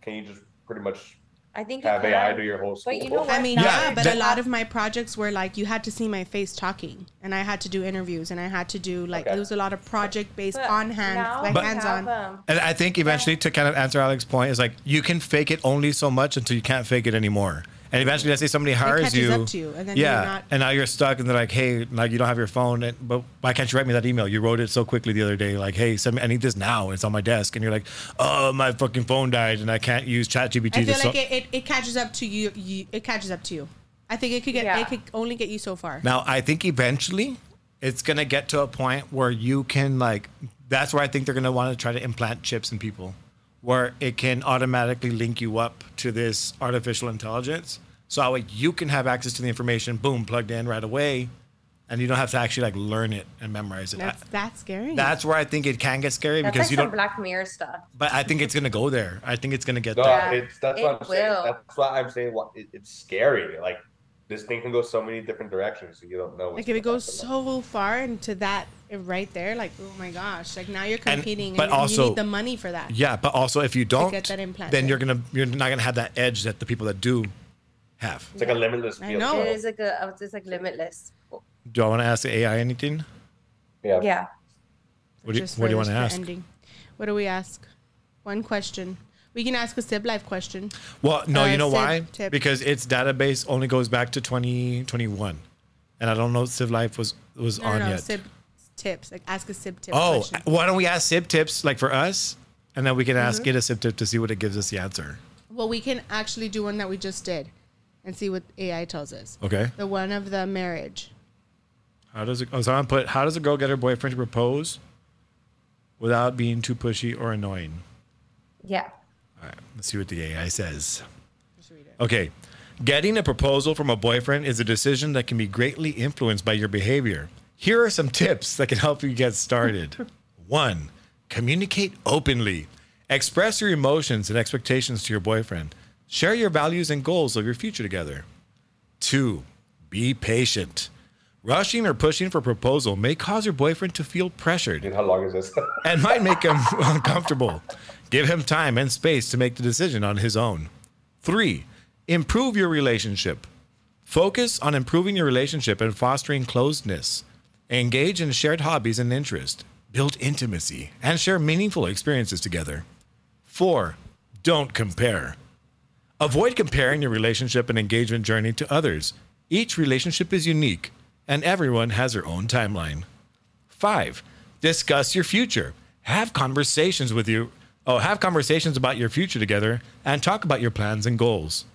Can you just pretty much
I think you
have
can.
AI do your whole school?
But you know what?
I mean,
Yeah,
yeah, but
that-
a lot of my projects were like you had to see my face talking, and I had to do interviews, and I had to do like
Okay.
it was a lot of project based
But
on hand,
now
like
we
hands on.
have, um,
And I think eventually, to kind of answer Alex's point, is like you can fake it only so much until you can't fake it anymore. And eventually, let's say somebody hires
catches
you,
up to you, and then
yeah,
you're not-
and now you're stuck, and they're like, "Hey, like you don't have your phone, and, but why can't you write me that email? You wrote it so quickly the other day. Like, hey, send me, I need this now. It's on my desk." And you're like, "Oh, my fucking phone died, and I can't use ChatGPT."
I feel
to
like
sol-"
it, it, it catches up to you, you. It catches up to you. I think it could get.
Yeah.
It could only get you so far.
Now, I think eventually it's going to get to a point where you can, like, that's where I think they're going to want to try to implant chips in people, where it can automatically link you up to this artificial intelligence. So that way you can have access to the information, boom, plugged in right away. And you don't have to actually like learn it and memorize it. I-
That's that's scary.
that's where I think it can get scary
that's
because
like
you
some
don't.
Black Mirror stuff.
But I think it's gonna go there. I think it's gonna get
No,
there.
Yeah,
it's that's what
it
I'm saying.
will.
That's why I'm saying what it, it's scary. Like this thing can go so many different directions. You don't know. what's
like if it
gonna
goes
happen.
so far into that right there, like oh my gosh, like now you're competing, and,
but
you-
also-
you need the money for that.
Yeah, but also if you don't,
get that implanted.
then you're gonna you're not gonna have that edge that the people that do have.
it's like a limitless
I
field.
know.
Oh.
so-
It is like a, it's like limitless.
Do I want to ask the AI anything?
Yeah.
Yeah.
What do you,
Just
what do you
for
want to
the
ask?
ending. What do we ask? One question. We can ask a Sib Life question.
Well, no,
Uh,
you know
Civ
why?
tip.
Because its database only goes back to 2021. And I don't know if Civ Life was, was
No,
on
no, no,
yet.
Sib tips. Like ask a Sib tip
oh,
question.
why don't we ask Civ tips, like for us? And then we can
Mm-hmm.
ask it a Civ tip to see what it gives us the answer.
Well, we can actually do one that we just did and see what AI tells us.
Okay.
The one of the marriage.
How does it, oh, so I'm put, how does a girl get her boyfriend to propose without being too pushy or annoying?
Yeah.
All right, let's see what the AI says.
Just read it.
Okay. Getting a proposal from a boyfriend is a decision that can be greatly influenced by your behavior. Here are some tips that can help you get started. One, communicate openly. Express your emotions and expectations to your boyfriend. Share your values and goals of your future together. Two, be patient. Rushing or pushing for proposal may cause your boyfriend to feel pressured
Dude, how long is this?
and might make him uncomfortable. Give him time and space to make the decision on his own. Three, improve your relationship. Focus on improving your relationship and fostering closedness. Engage in shared hobbies and interests. Build intimacy and share meaningful experiences together. Four, don't compare. Avoid comparing your relationship and engagement journey to others. Each relationship is unique, and everyone has their own timeline. Five, discuss your future. Have conversations with you. Oh, have conversations about your future together and talk about your plans and goals.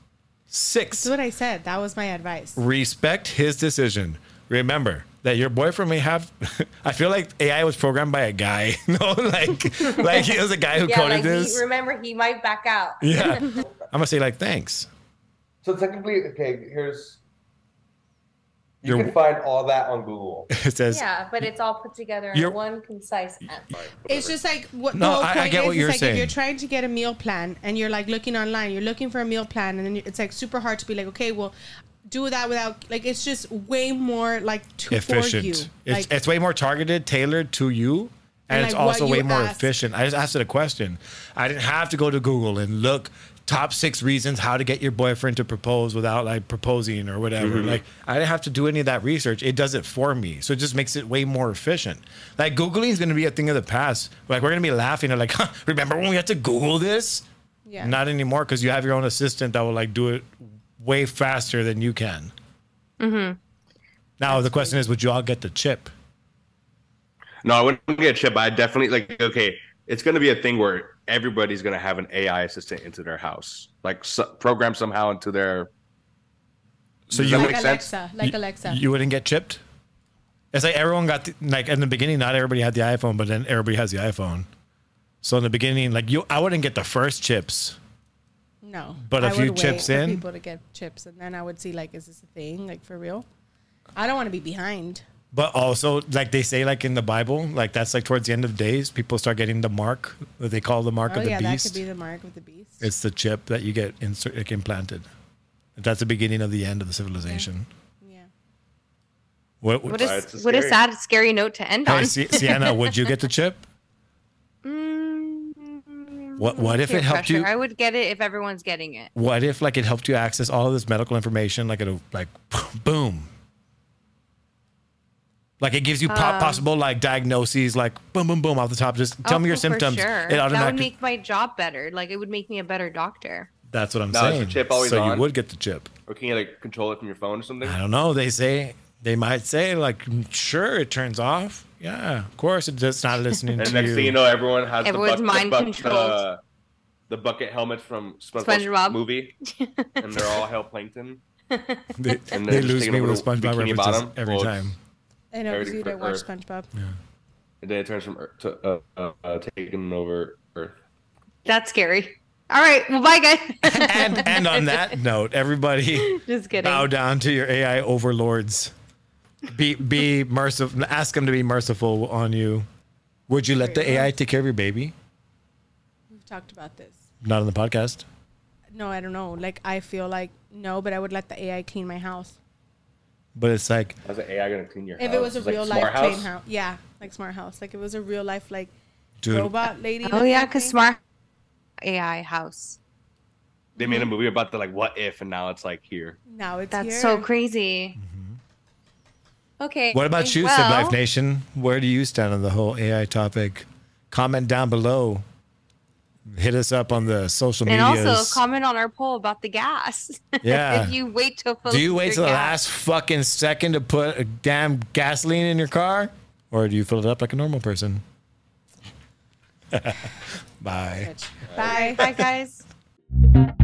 That's
Six,
what I said. That was my advice.
respect his decision. Remember that your boyfriend may have. I feel like AI was programmed by a guy. no, like, like he was a guy who
Yeah.
coded
Like
this.
he, remember, he might back out.
yeah, I'm gonna say like thanks.
so technically, okay. Here's you
Your-
can find all that on Google.
It says
Yeah, but it's all put together in
You're-
one concise answer.
It's just like what
No,
the whole
I- I
point
get
is,
what
is
you're
like
saying.
if you're trying to get a meal plan and you're like looking online, you're looking for a meal plan and then you- it's like super hard to be like, okay, well, do that without like it's just way more like to
efficient.
for you.
It's,
like,
it's way more targeted, tailored to you, and,
And,
it's
like, what
also way
you
more
ask.
efficient. I just asked it a question. I didn't have to go to Google and look top six reasons how to get your boyfriend to propose without like proposing or whatever. Like I didn't have to do any of that research. It does it for me, so it just makes it way more efficient. Like Googling is going to be a thing of the past. Like we're going to be laughing at like, huh, remember when we had to Google this?
Yeah.
Not anymore because you have your own assistant that will like do it way faster than you can.
Mm-hmm.
Now the question is, would you all get the chip?
No, I wouldn't get a chip. But I definitely like. Okay, it's going to be a thing where everybody's going to have an AI assistant into their house, like so, programmed somehow into their
So
Does
you
that
would-
like
make
Alexa,
sense?
like
you-
Alexa.
You wouldn't get chipped. It's like everyone got the, like in the beginning. Not everybody had the iPhone, but then everybody has the iPhone. So in the beginning, like you, I wouldn't get the first chips.
no,
But
I
a few
would
chips
wait
in?
for people to get chips, and then I would see like, is this a thing? Like for real? I don't want to be behind.
But also, like they say, like in the Bible, like that's like towards the end of days, people start getting the mark that they call the mark
oh
of the
yeah, that
beast.
could be the mark of the beast.
it's the chip that you get insert, like implanted. That's the beginning of the end of the civilization.
yeah.
What,
What
Uh,
is
it's a
what a
scary-
sad, scary note to end
hey,
on.
Si- Sienna, would you get the chip?
Mm,
What- what if
peer
it helped
pressure.
you-
I would get it if everyone's getting it.
What if like it helped you access all of this medical information? Like it'll like boom. Like it gives you po- possible like diagnoses, like boom, boom, boom, off the top. Just tell
Um,
me
Oh,
your
for
symptoms.
sure. That
It
would
automatically.
make my job better. Like it would make me a better doctor.
That's what I'm
Now, is the
saying.
chip always
so you
on?
would get the chip.
Or can you like control it from your phone or something?
I don't know. They say they might say like, sure, it turns off. Yeah, of course, it does not listening
And
to
next
you.
thing you know, everyone has
Everyone's
the, buck-
mind
the, buck-
controlled.
the- the bucket helmet from SpongeBob,
SpongeBob.
movie, and they're all hail plankton.
they,
and
they
they're just
lose
taking
me
over
with
the
SpongeBob
Bikini
references
Bottom.
every
Well,
time.
I know it was
Everything
you
for
that watched
Earth.
SpongeBob.
And then it turns from Earth to uh, uh, uh, taking over Earth.
That's scary. All right. Well, bye, guys.
and and on that note, everybody
Just kidding.
bow down to your AI overlords. Be be merciful. Ask them to be merciful on you. Would you let the AI take care of your baby?
We've talked about this.
Not on the podcast.
No, I don't know. Like I feel like no, but I would let the AI clean my house
But it's like
How's the AI gonna clean your
if
house?
it was a
It's Oh,
real
like smart
life clean
house.
house. Yeah, like smart house. Like if it was a real life like
Dude.
robot lady.
oh
that
yeah,
type
cause
thing.
smart AI house.
They made a movie about the like what if, and now it's like here.
Now it's
That's
here.
so crazy. Okay.
Mm-hmm. What about you,
well,
Sib Life Nation? Where do you stand on the whole AI topic? Comment down below. Hit us up on the social
And
media.
also comment on our poll about the gas.
Yeah.
if you wait till
do you wait
your
till the
gas-
last fucking second to put a damn gasoline in your car? Or do you fill it up like a normal person? Bye.
Bitch. Bye.
Bye, guys.